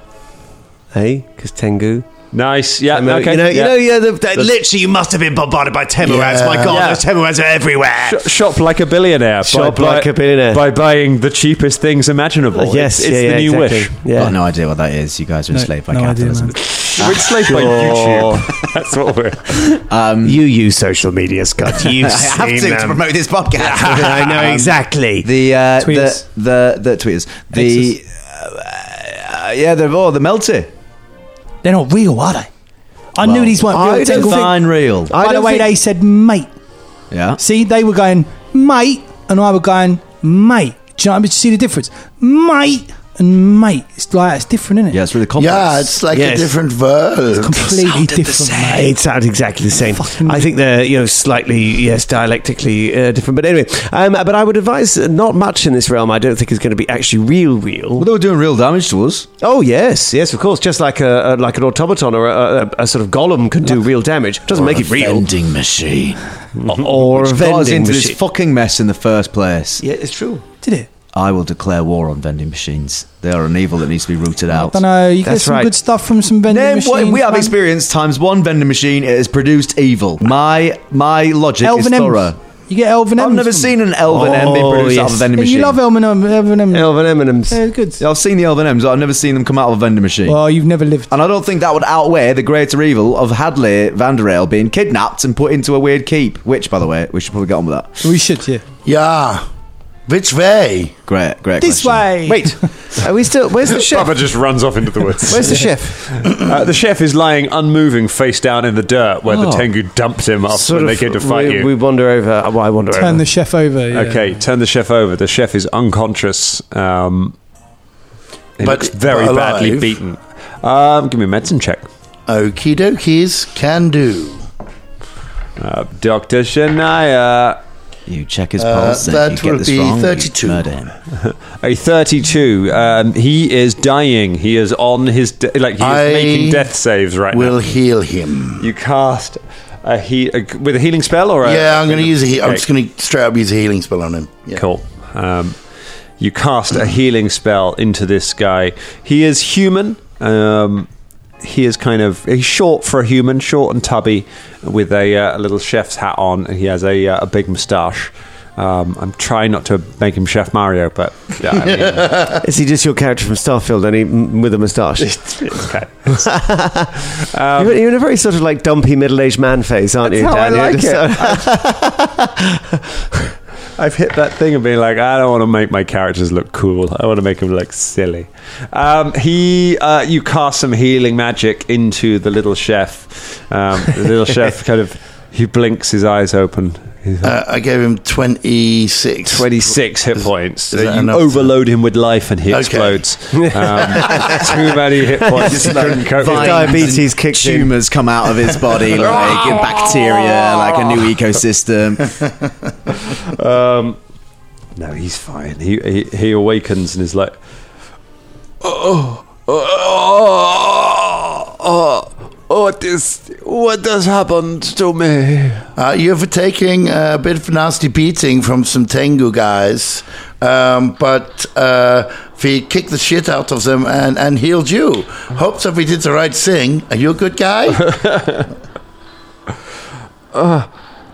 [SPEAKER 3] eh? Because Tengu.
[SPEAKER 4] Nice. Yeah.
[SPEAKER 3] Temu,
[SPEAKER 4] okay.
[SPEAKER 3] You know,
[SPEAKER 4] yeah.
[SPEAKER 3] you know, Oh, yeah. The, the- literally, you must have been bombarded by Temu ads. My God,
[SPEAKER 4] Yeah.
[SPEAKER 3] those Temu ads are everywhere.
[SPEAKER 4] Sh- shop like a billionaire.
[SPEAKER 3] Shop like a billionaire.
[SPEAKER 4] By buying the cheapest things imaginable.
[SPEAKER 3] Uh, yes,
[SPEAKER 4] It's, it's
[SPEAKER 3] yeah,
[SPEAKER 4] the
[SPEAKER 3] yeah,
[SPEAKER 4] new
[SPEAKER 3] exactly.
[SPEAKER 4] wish.
[SPEAKER 8] Got
[SPEAKER 3] Yeah.
[SPEAKER 8] no idea what that is. You guys are
[SPEAKER 6] No,
[SPEAKER 8] enslaved by
[SPEAKER 6] no idea,
[SPEAKER 8] capitalism.
[SPEAKER 6] man.
[SPEAKER 4] We're enslaved by YouTube. <laughs> That's what we're.
[SPEAKER 3] Mm. you use social media, Scott. You've
[SPEAKER 8] <laughs> I
[SPEAKER 3] seen
[SPEAKER 8] have to, to
[SPEAKER 3] them.
[SPEAKER 8] promote this podcast.
[SPEAKER 3] <laughs>
[SPEAKER 8] Um,
[SPEAKER 3] I
[SPEAKER 8] <laughs>
[SPEAKER 3] know exactly.
[SPEAKER 8] The uh,
[SPEAKER 6] Tweets.
[SPEAKER 8] the the the tweeters. The uh, yeah, they're all the melty.
[SPEAKER 6] They're not real, are they? I knew these weren't
[SPEAKER 3] I
[SPEAKER 6] real.
[SPEAKER 3] don't
[SPEAKER 6] Tengu.
[SPEAKER 8] Divine real.
[SPEAKER 3] I
[SPEAKER 6] By the
[SPEAKER 3] don't
[SPEAKER 6] way,
[SPEAKER 3] think-
[SPEAKER 6] they said mate.
[SPEAKER 8] Yeah.
[SPEAKER 6] See, they were going mate, and I were going mate. Do you know what I mean? See the difference, mate. and mate, it's like it's different, isn't it?
[SPEAKER 8] Yeah, it's really
[SPEAKER 6] complex.
[SPEAKER 2] Yeah, it's like
[SPEAKER 6] Yes.
[SPEAKER 2] a different verb.
[SPEAKER 6] It's completely It sounded the different, same. mate.
[SPEAKER 3] Uh, It sounds exactly the same. I think they're you know slightly yes dialectically uh, different, but anyway. Um, but I would advise not much in this realm. I don't think is going to be actually real, real. Well,
[SPEAKER 8] they were doing real damage to us.
[SPEAKER 3] Oh yes, yes, of course. Just like a, a like an automaton or a, a, a sort of golem can do real damage. Doesn't
[SPEAKER 8] Or
[SPEAKER 3] make
[SPEAKER 8] a
[SPEAKER 3] it real.
[SPEAKER 8] vending machine.
[SPEAKER 3] or a
[SPEAKER 8] Which got us
[SPEAKER 3] vending
[SPEAKER 8] into
[SPEAKER 3] machine.
[SPEAKER 8] this fucking mess in the first place.
[SPEAKER 3] Yeah, it's true.
[SPEAKER 6] Did it?
[SPEAKER 8] I will declare war on vending machines. They are an evil that needs to be rooted out.
[SPEAKER 6] I know you get some good stuff from some vending
[SPEAKER 8] Name what
[SPEAKER 6] machines.
[SPEAKER 8] we have
[SPEAKER 6] man.
[SPEAKER 8] experience times one vending machine. It has produced evil. My my logic
[SPEAKER 6] Elven
[SPEAKER 8] is
[SPEAKER 6] M's.
[SPEAKER 8] thorough.
[SPEAKER 6] You get elven M's.
[SPEAKER 8] I've never seen an elven M being produced out of a vending machine.
[SPEAKER 6] You love elven M- elven M's.
[SPEAKER 3] Elven M&Ms.
[SPEAKER 6] They're good.
[SPEAKER 8] Yeah, I've seen the elven M's. I've never seen them come out of a vending machine.
[SPEAKER 6] Well, you've never lived.
[SPEAKER 8] And I don't think that would outweigh the greater evil of Hadley Vanderail being kidnapped and put into a weird keep. Which, by the way, we should probably get on with that.
[SPEAKER 6] We should, yeah.
[SPEAKER 2] Yeah. Which way?
[SPEAKER 8] Great, great.
[SPEAKER 6] This
[SPEAKER 8] question.
[SPEAKER 6] way.
[SPEAKER 3] Wait, <laughs> are we still? Where's the chef?
[SPEAKER 4] Baba just runs off into the woods.
[SPEAKER 3] <laughs> Where's the chef?
[SPEAKER 4] Uh, the chef is lying unmoving, face down in the dirt where the
[SPEAKER 3] Oh.
[SPEAKER 4] Tengu dumped him after
[SPEAKER 3] Sort
[SPEAKER 4] when they
[SPEAKER 3] of-
[SPEAKER 4] came to fight
[SPEAKER 3] we,
[SPEAKER 4] you.
[SPEAKER 3] We wander over. Uh, Well, I
[SPEAKER 6] <laughs>
[SPEAKER 3] wander
[SPEAKER 6] Turn
[SPEAKER 3] over.
[SPEAKER 6] the chef over. Yeah.
[SPEAKER 4] Okay, turn the chef over. The chef is unconscious. Um, he
[SPEAKER 2] But-
[SPEAKER 4] looks very
[SPEAKER 2] but alive.
[SPEAKER 4] badly beaten. Um, give me a medicine check.
[SPEAKER 2] Okie dokies can do.
[SPEAKER 4] Uh, Dr. Shania.
[SPEAKER 8] You check his
[SPEAKER 2] Uh, pulse, and if that you get will this be wrong, you 32. murder
[SPEAKER 8] him.
[SPEAKER 4] a 32. Um, he is dying. He is on his. De- like, he is
[SPEAKER 2] I
[SPEAKER 4] making death saves right
[SPEAKER 2] will
[SPEAKER 4] now.
[SPEAKER 2] heal him.
[SPEAKER 4] You cast a he- a, with a healing spell or a.
[SPEAKER 2] yeah, I'm going to use a. He- I'm
[SPEAKER 4] Okay.
[SPEAKER 2] just going to straight up use a healing spell on him. Yeah.
[SPEAKER 4] Cool. Um, you cast a healing spell into this guy. He is human. Um, he is kind of he's short for a human, short and tubby, with a, uh, a little chef's hat on, and he has a, uh, a big moustache. Um, I'm trying not to make him Chef Mario, but yeah, I mean,
[SPEAKER 3] Is he just your character from Starfield, and he m- with a moustache? <laughs>
[SPEAKER 4] okay. Um,
[SPEAKER 3] you're, you're in a very sort of like dumpy middle-aged man face, aren't you?
[SPEAKER 4] That's how I
[SPEAKER 3] Dan? You're
[SPEAKER 4] like
[SPEAKER 3] just
[SPEAKER 4] it.
[SPEAKER 3] sort of-
[SPEAKER 4] I've hit that thing of being like, I don't want to make my characters look cool. I want to make them look silly. Um, he, uh, you cast some healing magic into the little chef. Um, the
[SPEAKER 2] <laughs>
[SPEAKER 4] little chef kind of he blinks his eyes open. He's like,
[SPEAKER 2] Uh, I gave him 26.
[SPEAKER 4] Twenty six hit points.
[SPEAKER 2] is that
[SPEAKER 4] you
[SPEAKER 2] enough?
[SPEAKER 4] overload him with life, and he
[SPEAKER 2] Okay. <laughs>
[SPEAKER 4] explodes. Um, too many hit points. He couldn't cope with
[SPEAKER 8] Vines
[SPEAKER 4] it.
[SPEAKER 3] diabetes
[SPEAKER 8] and
[SPEAKER 3] kicked in.
[SPEAKER 8] Tumors come out of his
[SPEAKER 9] <laughs>
[SPEAKER 8] body, like bacteria, like a new ecosystem.
[SPEAKER 4] Um, no, he's fine. He, he he awakens and is like, oh, oh, oh, oh, this, what has happened to me?
[SPEAKER 2] Uh, you're taking a bit of a nasty beating from some Tengu guys, um, but uh, we kicked the shit out of them and, and healed you. Hopes that we did the right thing. Are you a good guy?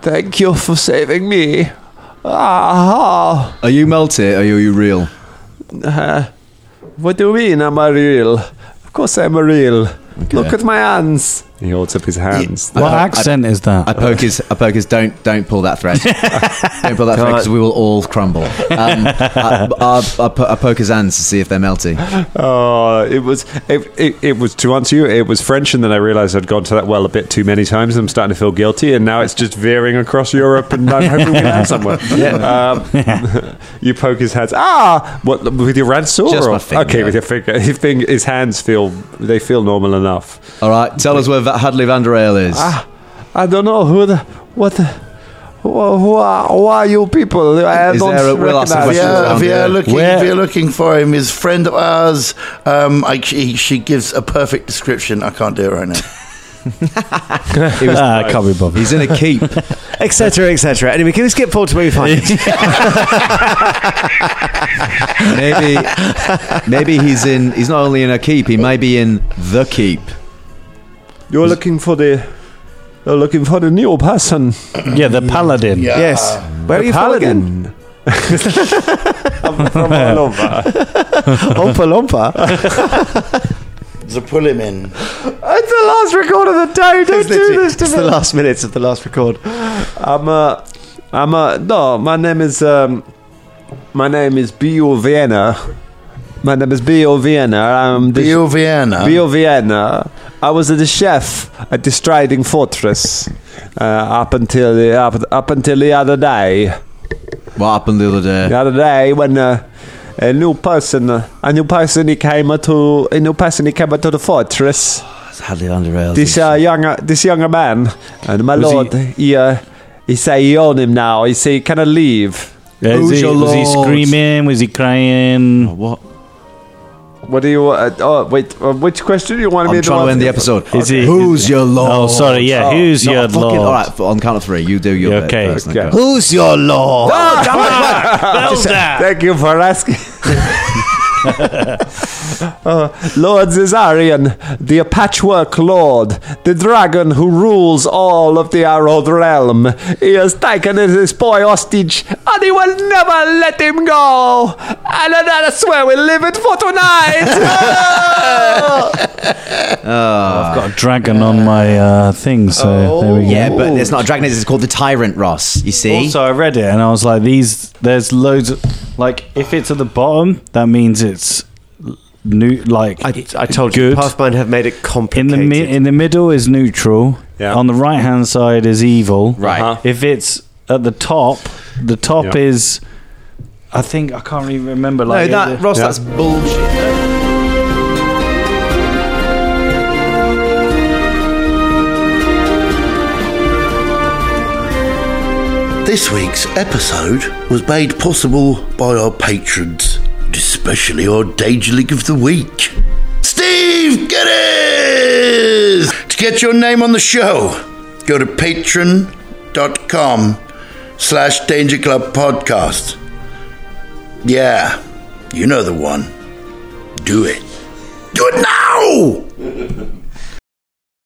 [SPEAKER 4] Thank you for saving me. Ah,
[SPEAKER 8] Are you melted? Are you, are you real?
[SPEAKER 4] uh, what do you mean? I'm a real. Of course, I'm a real. Look at my hands. He holds up his hands.
[SPEAKER 10] What accent is that?
[SPEAKER 8] I poke his. I poke his. Don't don't pull that thread. don't pull that thread because we will all crumble. Um, I, I, I, po- I poke his hands to see if they're melty.
[SPEAKER 4] <laughs> Oh, it was it, it, it was to answer you. It was French, and then I realised I'd gone to that well a bit too many times. I'm starting to feel guilty, and now it's just veering across Europe, and I'm hoping we land <laughs> somewhere. Um, <laughs> you poke his hands. Ah, what with your ransom?
[SPEAKER 8] Just
[SPEAKER 4] or-
[SPEAKER 8] my finger.
[SPEAKER 4] Okay, with your finger. His, finger. his hands feel they feel normal enough.
[SPEAKER 8] All right, tell us where Va- Hadley Vanderail is.
[SPEAKER 4] Ah, I don't know who the what. The, who, who, are, who are you people? I
[SPEAKER 8] Is
[SPEAKER 4] don't
[SPEAKER 8] there a- we'll ask the
[SPEAKER 4] recognize
[SPEAKER 8] question
[SPEAKER 2] we
[SPEAKER 4] you.
[SPEAKER 8] as
[SPEAKER 2] are,
[SPEAKER 8] around
[SPEAKER 2] we
[SPEAKER 8] here.
[SPEAKER 2] are looking.
[SPEAKER 10] Where-
[SPEAKER 2] We are looking for him. His friend of ours. Um, I, she, she gives a perfect description. I can't do it right now.
[SPEAKER 10] Ah, I can't be bothered.
[SPEAKER 8] He's in a keep.
[SPEAKER 3] etc. etc. Anyway, can we skip forward to where we find it?
[SPEAKER 8] maybe maybe he's in. He's not only in a keep. He may be in the keep.
[SPEAKER 4] You're looking for the. You're looking for the new person.
[SPEAKER 10] Yeah, the paladin.
[SPEAKER 2] Yeah.
[SPEAKER 3] yes.
[SPEAKER 2] Uh,
[SPEAKER 3] Where are you from again?
[SPEAKER 4] I'm from all over.
[SPEAKER 3] Ompa Lompa.
[SPEAKER 2] So pull him in.
[SPEAKER 4] <laughs> It's the last record of the day. Don't do this to
[SPEAKER 3] It's
[SPEAKER 4] me.
[SPEAKER 3] the last minutes of the last record.
[SPEAKER 4] I'm uh, I'm uh, no. My name is um, my name is Bio Vienna. My name is Bio Vienna. I'm the
[SPEAKER 2] Bio
[SPEAKER 8] Um,
[SPEAKER 2] Vienna.
[SPEAKER 4] Bio Vienna. I was the chef at the Striding
[SPEAKER 8] <laughs>
[SPEAKER 4] Fortress uh, up until the up, up until the other day.
[SPEAKER 8] What happened the other day?
[SPEAKER 4] The other day when uh, a new person, uh, a new person he came to, a new person he came to the fortress. It's
[SPEAKER 8] hardly under rails.
[SPEAKER 4] This uh, younger, this younger man, and my
[SPEAKER 9] Was
[SPEAKER 4] lord, he, uh, he say he own him now. He say he cannot leave.
[SPEAKER 9] Yeah, is
[SPEAKER 4] Who's
[SPEAKER 9] he,
[SPEAKER 4] your
[SPEAKER 9] was he
[SPEAKER 4] lord?
[SPEAKER 9] screaming? Was he crying?
[SPEAKER 8] what?
[SPEAKER 4] What do you? Uh, oh, wait. Uh, which question do you want me
[SPEAKER 8] I'm
[SPEAKER 4] to
[SPEAKER 8] trying to
[SPEAKER 4] answer?
[SPEAKER 8] end the episode.
[SPEAKER 4] Okay.
[SPEAKER 8] Who's your lord?
[SPEAKER 9] Oh, sorry, yeah, who's your lord?
[SPEAKER 8] All right, on count of three, you do your bit
[SPEAKER 9] okay.
[SPEAKER 8] first,
[SPEAKER 9] Okay.
[SPEAKER 8] Who's your lord?
[SPEAKER 4] Oh,
[SPEAKER 8] damn
[SPEAKER 4] it. Just- uh, Thank you for asking. <laughs> Uh, lord Caesarion, the patchwork lord, the dragon who rules all of the Arrowed realm, he has taken his boy hostage, and he will never let him go. And I swear we'll live it for tonight.
[SPEAKER 9] I've got a dragon on my uh, thing, so there we go.
[SPEAKER 3] Oh.
[SPEAKER 8] Yeah, but it's not a dragon, it's called the Tyrant Ross, you see?
[SPEAKER 9] Also, I read it and I was like, "These, there's loads of like, if it's at the bottom, that means it's new. Like, I,
[SPEAKER 3] I told
[SPEAKER 9] good.
[SPEAKER 3] you, Pathfinder have made it
[SPEAKER 9] in
[SPEAKER 3] complicated.
[SPEAKER 9] the mi- in the middle is neutral.
[SPEAKER 4] Yeah.
[SPEAKER 9] On the right hand side is evil.
[SPEAKER 8] Right.
[SPEAKER 3] Uh-huh.
[SPEAKER 9] If it's at the top, the top
[SPEAKER 4] Yeah.
[SPEAKER 9] is. I think I can't really remember. Like
[SPEAKER 8] no, that,
[SPEAKER 9] the-
[SPEAKER 8] Ross, that's bullshit.
[SPEAKER 2] This week's episode was made possible by our patrons, and especially our Danger League of the Week. Steve Geddes! To get your name on the show, go to patron.com slash Danger Club Podcast. Yeah, you know the one. Do it. Do it now!